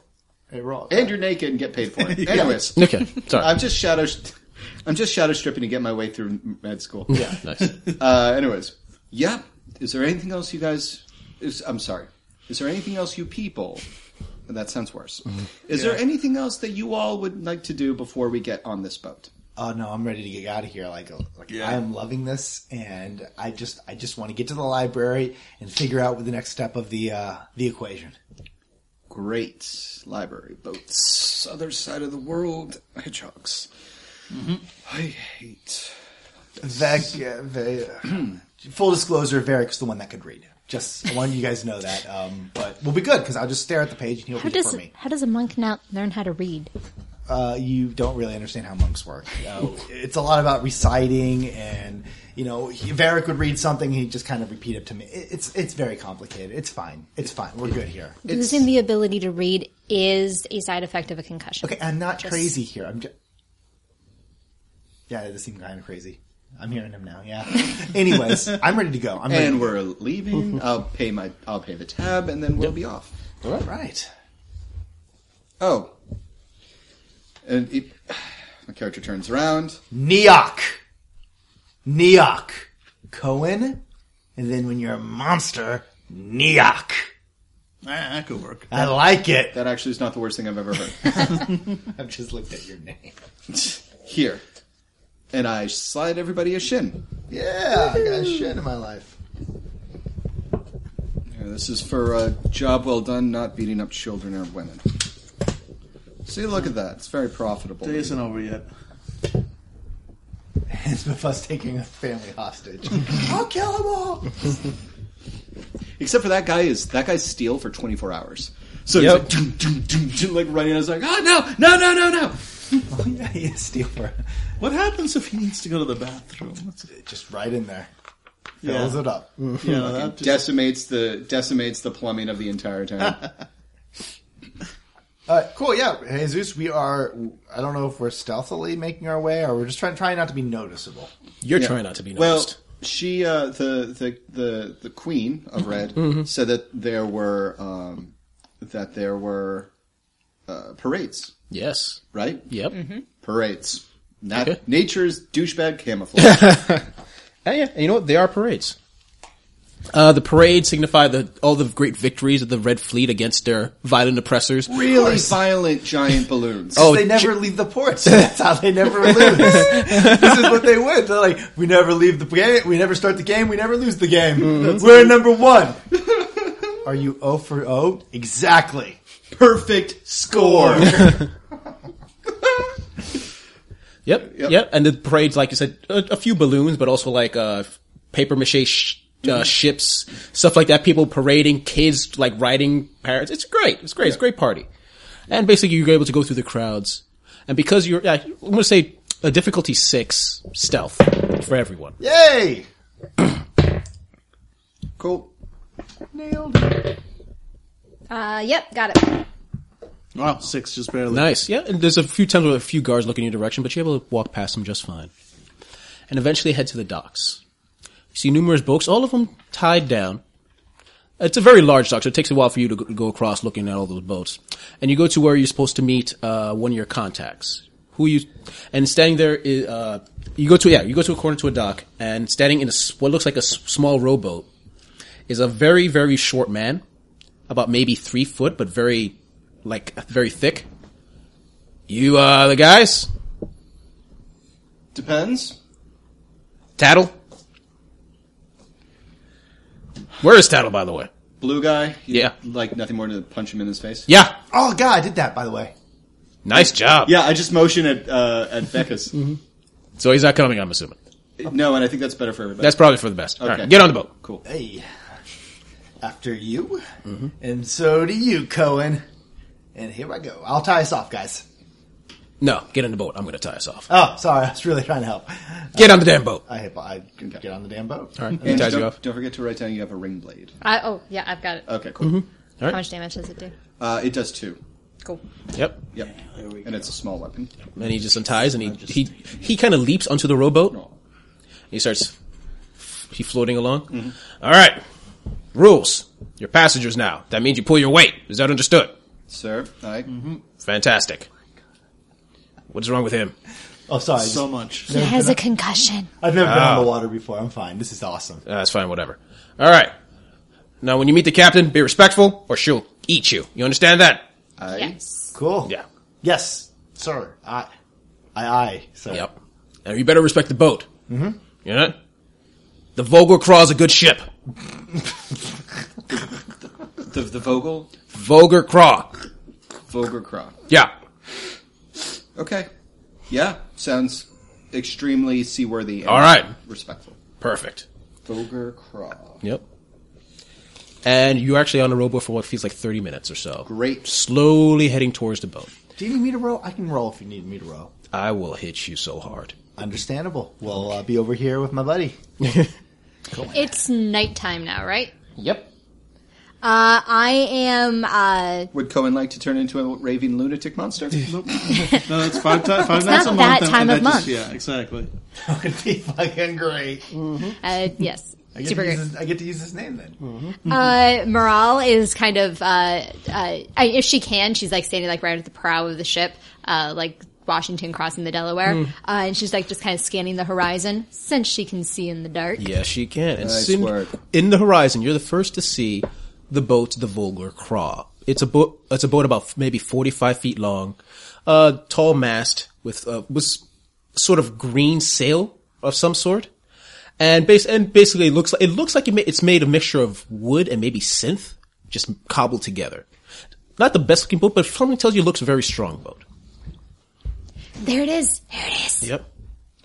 [SPEAKER 3] It rolls.
[SPEAKER 5] And you're naked and get paid for it. Anyways,
[SPEAKER 4] Okay. Sorry.
[SPEAKER 5] I'm just shadow. I'm just shadow stripping to get my way through med school. Yeah.
[SPEAKER 4] nice.
[SPEAKER 5] Uh, anyways, yeah. Is there anything else you guys? Is, I'm sorry. Is there anything else you people? That sounds worse. Is there anything else that you all would like to do before we get on this boat?
[SPEAKER 3] Oh no, I'm ready to get out of here. Like, like
[SPEAKER 6] Yeah.
[SPEAKER 3] I am loving this, and I just I just want to get to the library and figure out what the next step of the uh, the equation.
[SPEAKER 5] Great library boats, other side of the world, hedgehogs. I hate.
[SPEAKER 3] Vec, uh, ve- uh, full disclosure, Varric's the one that could read. Just I want you guys to know that. Um, but we'll be good because I'll just stare at the page and he'll
[SPEAKER 1] How
[SPEAKER 3] read it for
[SPEAKER 1] does
[SPEAKER 3] me.
[SPEAKER 1] how does a monk now learn how to read?
[SPEAKER 3] uh, you don't really understand how monks work. Uh, it's a lot about reciting, and you know, he, Varric would read something, he'd just kind of repeat it to me. It, it's it's very complicated. It's fine. It's fine. We're good here.
[SPEAKER 1] Losing the ability to read is a side effect of a concussion.
[SPEAKER 3] Okay, I'm not crazy here. I'm just. Yeah, this seemed kind of crazy. I'm hearing him now. Yeah. Anyways, I'm ready to go. I'm ready.
[SPEAKER 5] And we're leaving. I'll pay my. I'll pay the tab, and then we'll be off.
[SPEAKER 3] All right.
[SPEAKER 5] Oh. And it, my character turns around.
[SPEAKER 3] Neok. Neok. Cohen, and then when you're a monster, Neok.
[SPEAKER 6] Ah, that could work.
[SPEAKER 3] I like it.
[SPEAKER 5] That actually is not the worst thing I've ever heard.
[SPEAKER 3] I've just looked at your name.
[SPEAKER 5] Here. And I slide everybody a shin.
[SPEAKER 3] Yeah, I got shit in my life.
[SPEAKER 5] Yeah, This is for a job well done, not beating up children or women. See, look at that. It's very profitable.
[SPEAKER 6] Day isn't over yet.
[SPEAKER 3] ends with us taking a family hostage. I'll kill them all.
[SPEAKER 5] Except for that guy is that guy's steel for 24 hours. So
[SPEAKER 4] Yep.
[SPEAKER 5] he's like, doom, doom, doom, doom, like running. I was like,
[SPEAKER 6] "Ah,
[SPEAKER 5] oh no, no, no, no, no.
[SPEAKER 3] Oh, yeah, he is steel for
[SPEAKER 6] What happens if he needs to go to the bathroom? That's-
[SPEAKER 3] just right in there. Fills it up.
[SPEAKER 6] Yeah, that just-
[SPEAKER 5] Decimates the decimates the plumbing of the entire town.
[SPEAKER 3] Uh, cool. Yeah, Jesus, we are. I don't know if we're stealthily making our way, or we're just trying trying not to be noticeable.
[SPEAKER 4] You're
[SPEAKER 5] Yeah.
[SPEAKER 4] trying not to be
[SPEAKER 5] well,
[SPEAKER 4] noticed.
[SPEAKER 5] she uh, the, the the the queen
[SPEAKER 4] Mm-hmm.
[SPEAKER 5] of red said that there were um, that there were uh, parades,
[SPEAKER 4] yes.
[SPEAKER 5] right?
[SPEAKER 4] Yep.
[SPEAKER 5] Parades. Not
[SPEAKER 4] Okay.
[SPEAKER 5] nature's douchebag camouflage.
[SPEAKER 4] Oh, yeah, and you know what? They are parades. Uh, the parade signify the all the great victories of the Red Fleet against their violent oppressors.
[SPEAKER 5] really violent giant balloons.
[SPEAKER 4] Oh,
[SPEAKER 3] they never leave the ports. That's how they never lose. this is what they win. They're like, we never leave the game. We never start the game. We never lose the game. We're number one. Are you O for O? Exactly.
[SPEAKER 5] perfect score.
[SPEAKER 4] Yep, yep, And the parades, like you said, a, a few balloons, but also like uh, paper mache sh- uh, ships, stuff like that. People parading, kids like riding parrots. It's great. It's great. It's a great party. And basically, you're able to go through the crowds. And because you're, uh, I'm going to say a difficulty six stealth for everyone.
[SPEAKER 3] Yay!
[SPEAKER 5] cool.
[SPEAKER 3] Nailed it.
[SPEAKER 7] Uh, yep, got it.
[SPEAKER 6] wow, six just barely.
[SPEAKER 4] Nice. Yeah, and there's a few times where a few guards look in your direction, but you're able to walk past them just fine. And eventually head to the docks. You see numerous boats, all of them tied down. It's a very large dock, so it takes a while for you to go- go across looking at all those boats. And you go to where you're supposed to meet uh, one of your contacts. Who you and standing there is uh, you go to yeah you go to a corner to a dock and standing in a, s- what looks like a s- small rowboat is a very very short man, about maybe three foot, but very like very thick. You, uh, the guys?
[SPEAKER 5] Depends.
[SPEAKER 4] Tattle? Where is Tattle, by the way?
[SPEAKER 5] Blue guy. you
[SPEAKER 4] Yeah.
[SPEAKER 5] Like nothing more than to punch him in his face.
[SPEAKER 4] Yeah.
[SPEAKER 3] Oh god, I did that by the way.
[SPEAKER 4] Nice job.
[SPEAKER 5] Yeah, I just motion at uh, at Becca's.
[SPEAKER 4] Mm-hmm. So he's not coming, I'm assuming.
[SPEAKER 5] No, and I think that's better for everybody.
[SPEAKER 4] That's probably for the best. All
[SPEAKER 5] Okay.
[SPEAKER 4] right, get on the boat.
[SPEAKER 5] cool.
[SPEAKER 3] Hey, after you, and so do you, Cohen. And here I go. I'll tie us off, guys.
[SPEAKER 4] No, get on the boat. I'm going to tie us off.
[SPEAKER 3] Oh, sorry, I was really trying to help.
[SPEAKER 4] Get on the damn boat.
[SPEAKER 3] I hit. I can get on the damn boat.
[SPEAKER 4] All right, he
[SPEAKER 5] And
[SPEAKER 4] ties
[SPEAKER 5] don't,
[SPEAKER 4] you off.
[SPEAKER 5] don't forget to write down you have a ring blade.
[SPEAKER 7] I, oh, yeah, I've got it.
[SPEAKER 5] Okay, cool.
[SPEAKER 4] Mm-hmm.
[SPEAKER 7] How much damage does it do?
[SPEAKER 5] Uh, it does two.
[SPEAKER 7] Cool.
[SPEAKER 4] Yep.
[SPEAKER 5] Yep. And it's a small weapon.
[SPEAKER 4] And he just unties and he, he, he kind of leaps onto the rowboat. He starts, he floating along.
[SPEAKER 5] Mm-hmm.
[SPEAKER 4] All right. Rules. You're passengers now. That means you pull your weight. Is that understood?
[SPEAKER 5] Sir, I
[SPEAKER 3] Mm-hmm.
[SPEAKER 4] Fantastic. What's wrong with him?
[SPEAKER 3] Oh, sorry. I just-
[SPEAKER 6] So much.
[SPEAKER 8] He has a concussion.
[SPEAKER 3] I've never been on the water before. I'm fine. This is awesome.
[SPEAKER 4] Uh, that's fine, whatever. All right. Now, when you meet the captain, be respectful, or she'll eat you. You understand that?
[SPEAKER 7] Yes.
[SPEAKER 3] Cool.
[SPEAKER 4] Yeah.
[SPEAKER 3] Yes, sir. I, I, I, sir.
[SPEAKER 4] Yep. And you better respect the boat. Mm-hmm. You know? The Vogel Craw's a good ship.
[SPEAKER 5] the the Vogel
[SPEAKER 4] Vogel Craw.
[SPEAKER 5] Vogel Craw.
[SPEAKER 4] Yeah.
[SPEAKER 5] Okay. Yeah, sounds extremely seaworthy. And
[SPEAKER 4] All right.
[SPEAKER 5] Respectful.
[SPEAKER 4] Perfect.
[SPEAKER 5] Vogel Craw.
[SPEAKER 4] Yep. And you're actually on the rowboat for what feels like 30 minutes or so.
[SPEAKER 5] Great.
[SPEAKER 4] Slowly heading towards the boat.
[SPEAKER 3] Do you need me to roll? I can roll if you need me to roll.
[SPEAKER 4] I will hit you so hard.
[SPEAKER 3] Understandable. We'll uh, be over here with my buddy.
[SPEAKER 7] It's nighttime now, right?
[SPEAKER 4] Yep.
[SPEAKER 7] Uh, I am, uh,
[SPEAKER 5] Would Cohen like to turn into a raving lunatic monster?
[SPEAKER 6] Nope. No, that's five, ti- five nights
[SPEAKER 7] not
[SPEAKER 6] a month.
[SPEAKER 7] that
[SPEAKER 6] and-
[SPEAKER 7] time
[SPEAKER 6] and
[SPEAKER 7] of
[SPEAKER 6] that just-
[SPEAKER 7] month.
[SPEAKER 6] Yeah, exactly.
[SPEAKER 3] That would be fucking great.
[SPEAKER 7] uh yes.
[SPEAKER 3] I get,
[SPEAKER 7] Super
[SPEAKER 3] to
[SPEAKER 7] great.
[SPEAKER 3] use his, I get to use his name then.
[SPEAKER 7] Uh, Morale is kind of, uh, uh, I, if she can, she's like standing like right at the prow of the ship, uh, like Washington crossing the Delaware,
[SPEAKER 4] Hmm.
[SPEAKER 7] uh, and she's like just kind of scanning the horizon since she can see in the dark.
[SPEAKER 4] Yes, she can. And
[SPEAKER 5] Nice
[SPEAKER 4] soon-
[SPEAKER 5] work.
[SPEAKER 4] in the horizon, you're the first to see the boat, the Vulgar Craw. It's a boat. It's a boat about f- maybe 45 feet long, uh, tall mast with uh, was sort of green sail of some sort, and base and basically it looks like it looks like it ma- it's made a mixture of wood and maybe synth, just cobbled together. Not the best looking boat, but something tells you it looks a very strong boat.
[SPEAKER 8] There it is. There it is.
[SPEAKER 4] Yep.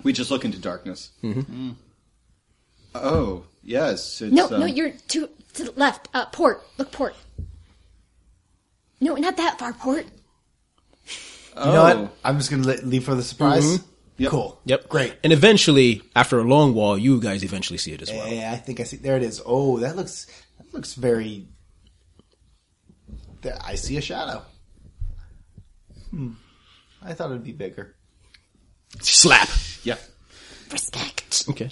[SPEAKER 5] We just look into darkness.
[SPEAKER 3] Mm-hmm.
[SPEAKER 5] Mm. Oh yes, it's,
[SPEAKER 1] No,
[SPEAKER 5] um,
[SPEAKER 1] no, you're to to the left. Uh, port. Look, port. No, not that far. Port.
[SPEAKER 5] Oh,
[SPEAKER 3] You know what? I'm just going to leave for the surprise.
[SPEAKER 5] Mm-hmm.
[SPEAKER 3] Cool.
[SPEAKER 4] Yep.
[SPEAKER 3] Great.
[SPEAKER 4] And eventually, after a long wall, you guys eventually see it as well.
[SPEAKER 3] Yeah, I think I see. There it is. Oh, that looks that looks very. There, I see a shadow. Hmm. I thought it'd be bigger.
[SPEAKER 4] Slap.
[SPEAKER 5] Yeah.
[SPEAKER 1] Respect.
[SPEAKER 4] Okay.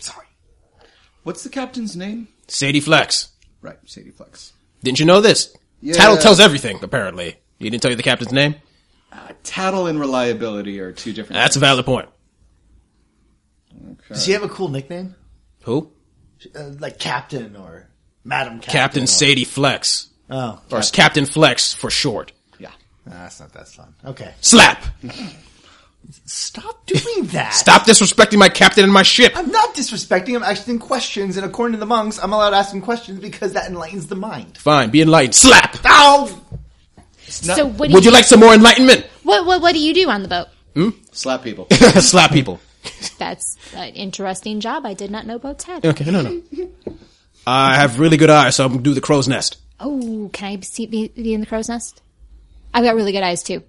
[SPEAKER 5] What's the captain's name?
[SPEAKER 4] Sadie Flex.
[SPEAKER 5] Right, Sadie Flex.
[SPEAKER 4] Didn't you know this?
[SPEAKER 5] Yeah.
[SPEAKER 4] Tattle tells everything, apparently. He didn't tell you the captain's name?
[SPEAKER 5] Uh, Tattle and reliability are two different.
[SPEAKER 4] That's a valid point.
[SPEAKER 3] Does she have a cool nickname,
[SPEAKER 4] Who?
[SPEAKER 3] uh, like Captain or Madam Captain?
[SPEAKER 4] Captain
[SPEAKER 3] or-
[SPEAKER 4] Sadie Flex.
[SPEAKER 3] Oh,
[SPEAKER 4] Or Captain Flex for short.
[SPEAKER 5] yeah.
[SPEAKER 3] Nah, that's not that fun. Okay,
[SPEAKER 4] Slap!
[SPEAKER 3] stop doing that.
[SPEAKER 4] Stop disrespecting my captain and my ship!
[SPEAKER 3] I'm not disrespecting. I'm asking questions, and according to the monks, I'm allowed to ask them questions because that enlightens the mind.
[SPEAKER 4] Fine, be enlightened. Slap!
[SPEAKER 3] Ow!
[SPEAKER 1] So what do
[SPEAKER 4] Would
[SPEAKER 1] you,
[SPEAKER 4] you like some more enlightenment?
[SPEAKER 1] what, what what do you do on the boat?
[SPEAKER 5] Slap people.
[SPEAKER 4] Slap people.
[SPEAKER 1] That's an interesting job. I did not know boats had.
[SPEAKER 4] Okay, no, no. I have really good eyes, so I'm gonna do the crow's nest.
[SPEAKER 1] Oh, can I see, be, be in the crow's nest? I've got really good eyes too.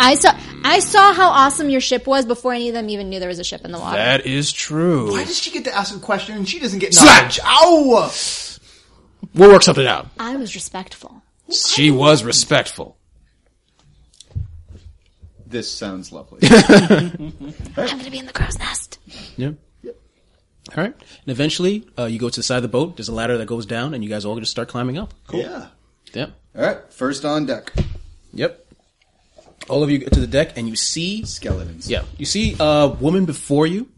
[SPEAKER 1] I saw I saw how awesome your ship was before any of them even knew there was a ship in the water.
[SPEAKER 4] That is true.
[SPEAKER 3] Why does she get to ask a question and she doesn't get
[SPEAKER 4] Slap!
[SPEAKER 3] knowledge? Ow!
[SPEAKER 4] We'll work something out.
[SPEAKER 1] I was respectful.
[SPEAKER 4] She was respectful.
[SPEAKER 5] this sounds lovely.
[SPEAKER 1] I'm gonna be in the crow's nest.
[SPEAKER 4] Yeah. All right. And eventually, uh, you go to the side of the boat. There's a ladder that goes down, and you guys all just start climbing up.
[SPEAKER 5] Yeah.
[SPEAKER 4] Yep.
[SPEAKER 5] All right. First on deck.
[SPEAKER 4] Yep. All of you get to the deck, and you see.
[SPEAKER 5] Skeletons.
[SPEAKER 4] Yeah. You see a woman before you,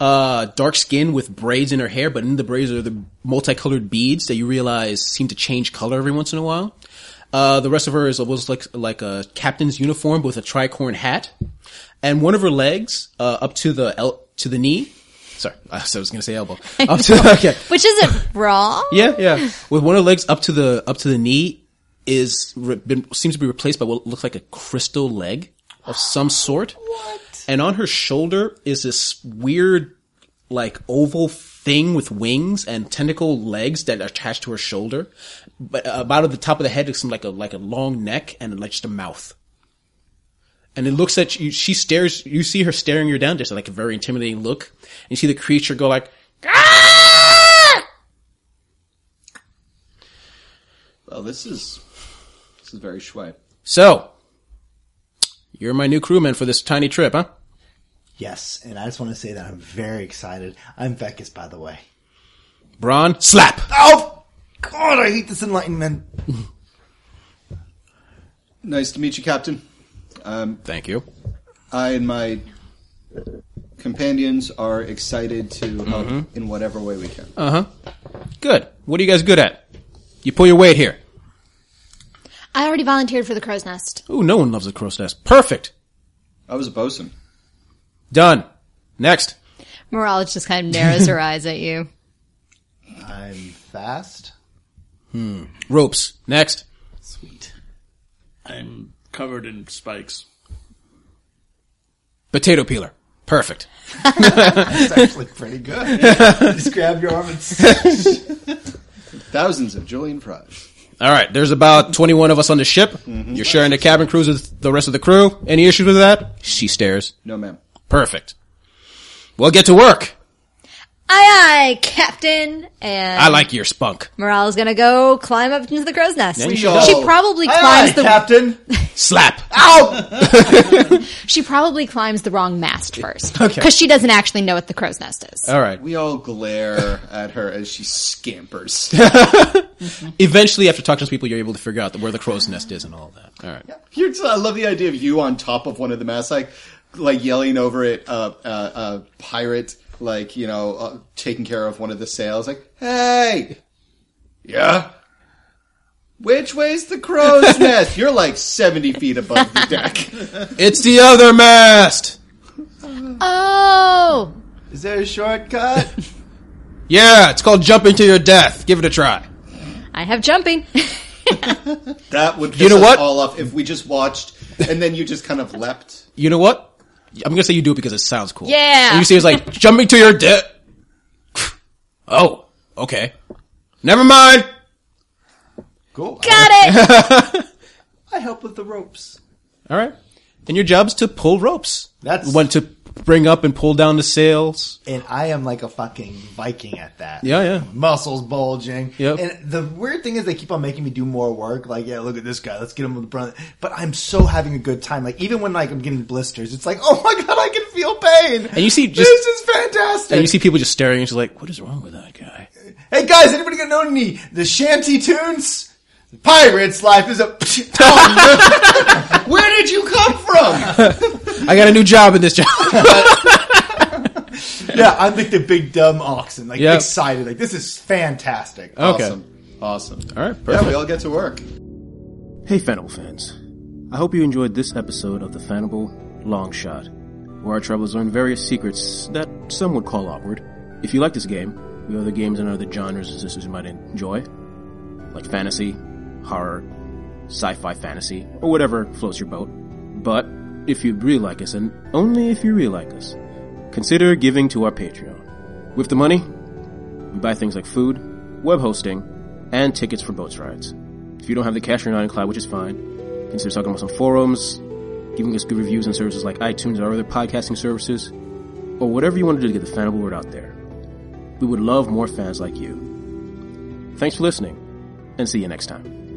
[SPEAKER 4] uh, dark skin with braids in her hair, but in the braids are the multicolored beads that you realize seem to change color every once in a while. Uh, the rest of her is almost like like a captain's uniform with a tricorn hat, and one of her legs uh, up to the el- to the knee. Sorry, I was I was gonna say elbow. Up to, okay,
[SPEAKER 1] Which isn't raw.
[SPEAKER 4] yeah, yeah. With one of the legs up to the up to the knee is re- been, seems to be replaced by what looks like a crystal leg of some sort. What? And on her shoulder is this weird, like oval thing with wings and tentacle legs that are attached to her shoulder. But uh, about at the top of the head is some like a like a long neck and like just a mouth. And it looks at you. She stares. You see her staring you down. Just like a very intimidating look. And you see the creature go like,
[SPEAKER 5] Well, this is this is very shui.
[SPEAKER 4] So, you're my new crewman for this tiny trip, huh?
[SPEAKER 3] Yes, and I just want to say that I'm very excited. I'm Vekas, by the way.
[SPEAKER 4] Braun, slap!
[SPEAKER 3] Oh, God, I hate this enlightenment.
[SPEAKER 5] Nice to meet you, Captain. Um,
[SPEAKER 4] Thank you.
[SPEAKER 5] I and my companions are excited to help in whatever way we can.
[SPEAKER 4] Good. What are you guys good at? You pull your weight here.
[SPEAKER 1] I already volunteered for the crow's nest.
[SPEAKER 4] Ooh, no one loves a crow's nest. Perfect.
[SPEAKER 5] I was a bosun.
[SPEAKER 4] Done. Next.
[SPEAKER 7] Morale just kind of narrows her eyes at you.
[SPEAKER 3] I'm fast.
[SPEAKER 4] Ropes. Next.
[SPEAKER 3] Sweet.
[SPEAKER 6] I'm covered in spikes.
[SPEAKER 4] Potato peeler. Perfect.
[SPEAKER 3] It's actually pretty good. just grab your arm and s-
[SPEAKER 5] Thousands of Julian fries.
[SPEAKER 4] All right. There's about 21 of us on the ship. You're sharing the cabin cruise with the rest of the crew. Any issues with that? She stares.
[SPEAKER 5] No, ma'am.
[SPEAKER 4] Perfect. Well, get to work.
[SPEAKER 7] Aye, aye, Captain. And
[SPEAKER 4] I like your spunk.
[SPEAKER 7] Morale is gonna go climb up into the crow's nest.
[SPEAKER 4] you
[SPEAKER 7] she
[SPEAKER 4] should.
[SPEAKER 7] probably
[SPEAKER 3] Aye,
[SPEAKER 7] climbs the
[SPEAKER 3] Captain.
[SPEAKER 4] Slap.
[SPEAKER 7] she probably climbs the wrong mast first
[SPEAKER 4] Okay.
[SPEAKER 7] because she doesn't actually know what the crow's nest is.
[SPEAKER 4] All right.
[SPEAKER 5] We all glare at her as she scampers.
[SPEAKER 4] Eventually, after talking to people, you're able to figure out where the crow's nest is and all that. All right.
[SPEAKER 5] You're just- I love the idea of you on top of one of the masts, like like yelling over at a uh, uh, uh, pirate, like you know, uh, taking care of one of the sails, like, "Hey, yeah, which way's the crow's nest?" You're like seventy feet above the deck.
[SPEAKER 4] It's the other mast.
[SPEAKER 1] Oh,
[SPEAKER 3] Is there a shortcut?
[SPEAKER 4] Yeah, it's called jumping to your death. Give it a try.
[SPEAKER 7] I have jumping.
[SPEAKER 5] That would piss
[SPEAKER 4] You know
[SPEAKER 5] us
[SPEAKER 4] what?
[SPEAKER 5] all off if we just watched and then you just kind of leapt.
[SPEAKER 4] You know what?
[SPEAKER 9] I'm gonna say you do it because it sounds cool.
[SPEAKER 1] Yeah.
[SPEAKER 9] And you see, it's like jumping to your death. Oh, okay. Never mind.
[SPEAKER 3] Cool.
[SPEAKER 1] Got it.
[SPEAKER 3] I help with the ropes.
[SPEAKER 9] All right. And your job's to pull ropes.
[SPEAKER 3] That's-
[SPEAKER 9] when to bring up and pull down the sails.
[SPEAKER 3] And I am like a fucking Viking at that.
[SPEAKER 9] Yeah, yeah.
[SPEAKER 3] Muscles bulging.
[SPEAKER 9] Yep.
[SPEAKER 3] And the weird thing is they keep on making me do more work. Like, yeah, look at this guy. Let's get him on the front. But I'm so having a good time. Like, even when like I'm getting blisters, it's like, oh my god, I can feel pain.
[SPEAKER 9] And you see
[SPEAKER 3] this
[SPEAKER 9] just-
[SPEAKER 3] is fantastic.
[SPEAKER 9] And you see people just staring and she's like, what is wrong with that guy?
[SPEAKER 3] Hey guys, anybody gonna know any the shanty tunes? Pirates' life is a. Oh, Where did you come from?
[SPEAKER 9] I got a new job in this job.
[SPEAKER 3] yeah, I'm like the big dumb oxen, like
[SPEAKER 9] Yep.
[SPEAKER 3] excited, like this is fantastic.
[SPEAKER 9] Okay.
[SPEAKER 5] Awesome. Awesome.
[SPEAKER 9] All right. Perfect.
[SPEAKER 5] Yeah, we all get to work.
[SPEAKER 4] Hey, Fanable fans. I hope you enjoyed this episode of the Fanable Long Shot, where our travelers learn various secrets that some would call awkward. If you like this game, we have other games and other genres and systems you might enjoy, like fantasy, horror, sci-fi fantasy, or whatever floats your boat. But if you really like us, and only if you really like us, consider giving to our Patreon. With the money, we buy things like food, web hosting, and tickets for boats rides. If you don't have the cash, you're not in cloud, which is fine. Consider talking about some forums, giving us good reviews on services like iTunes and our other podcasting services, or whatever you want to do to get the fanable word out there. We would love more fans like you. Thanks for listening, and see you next time.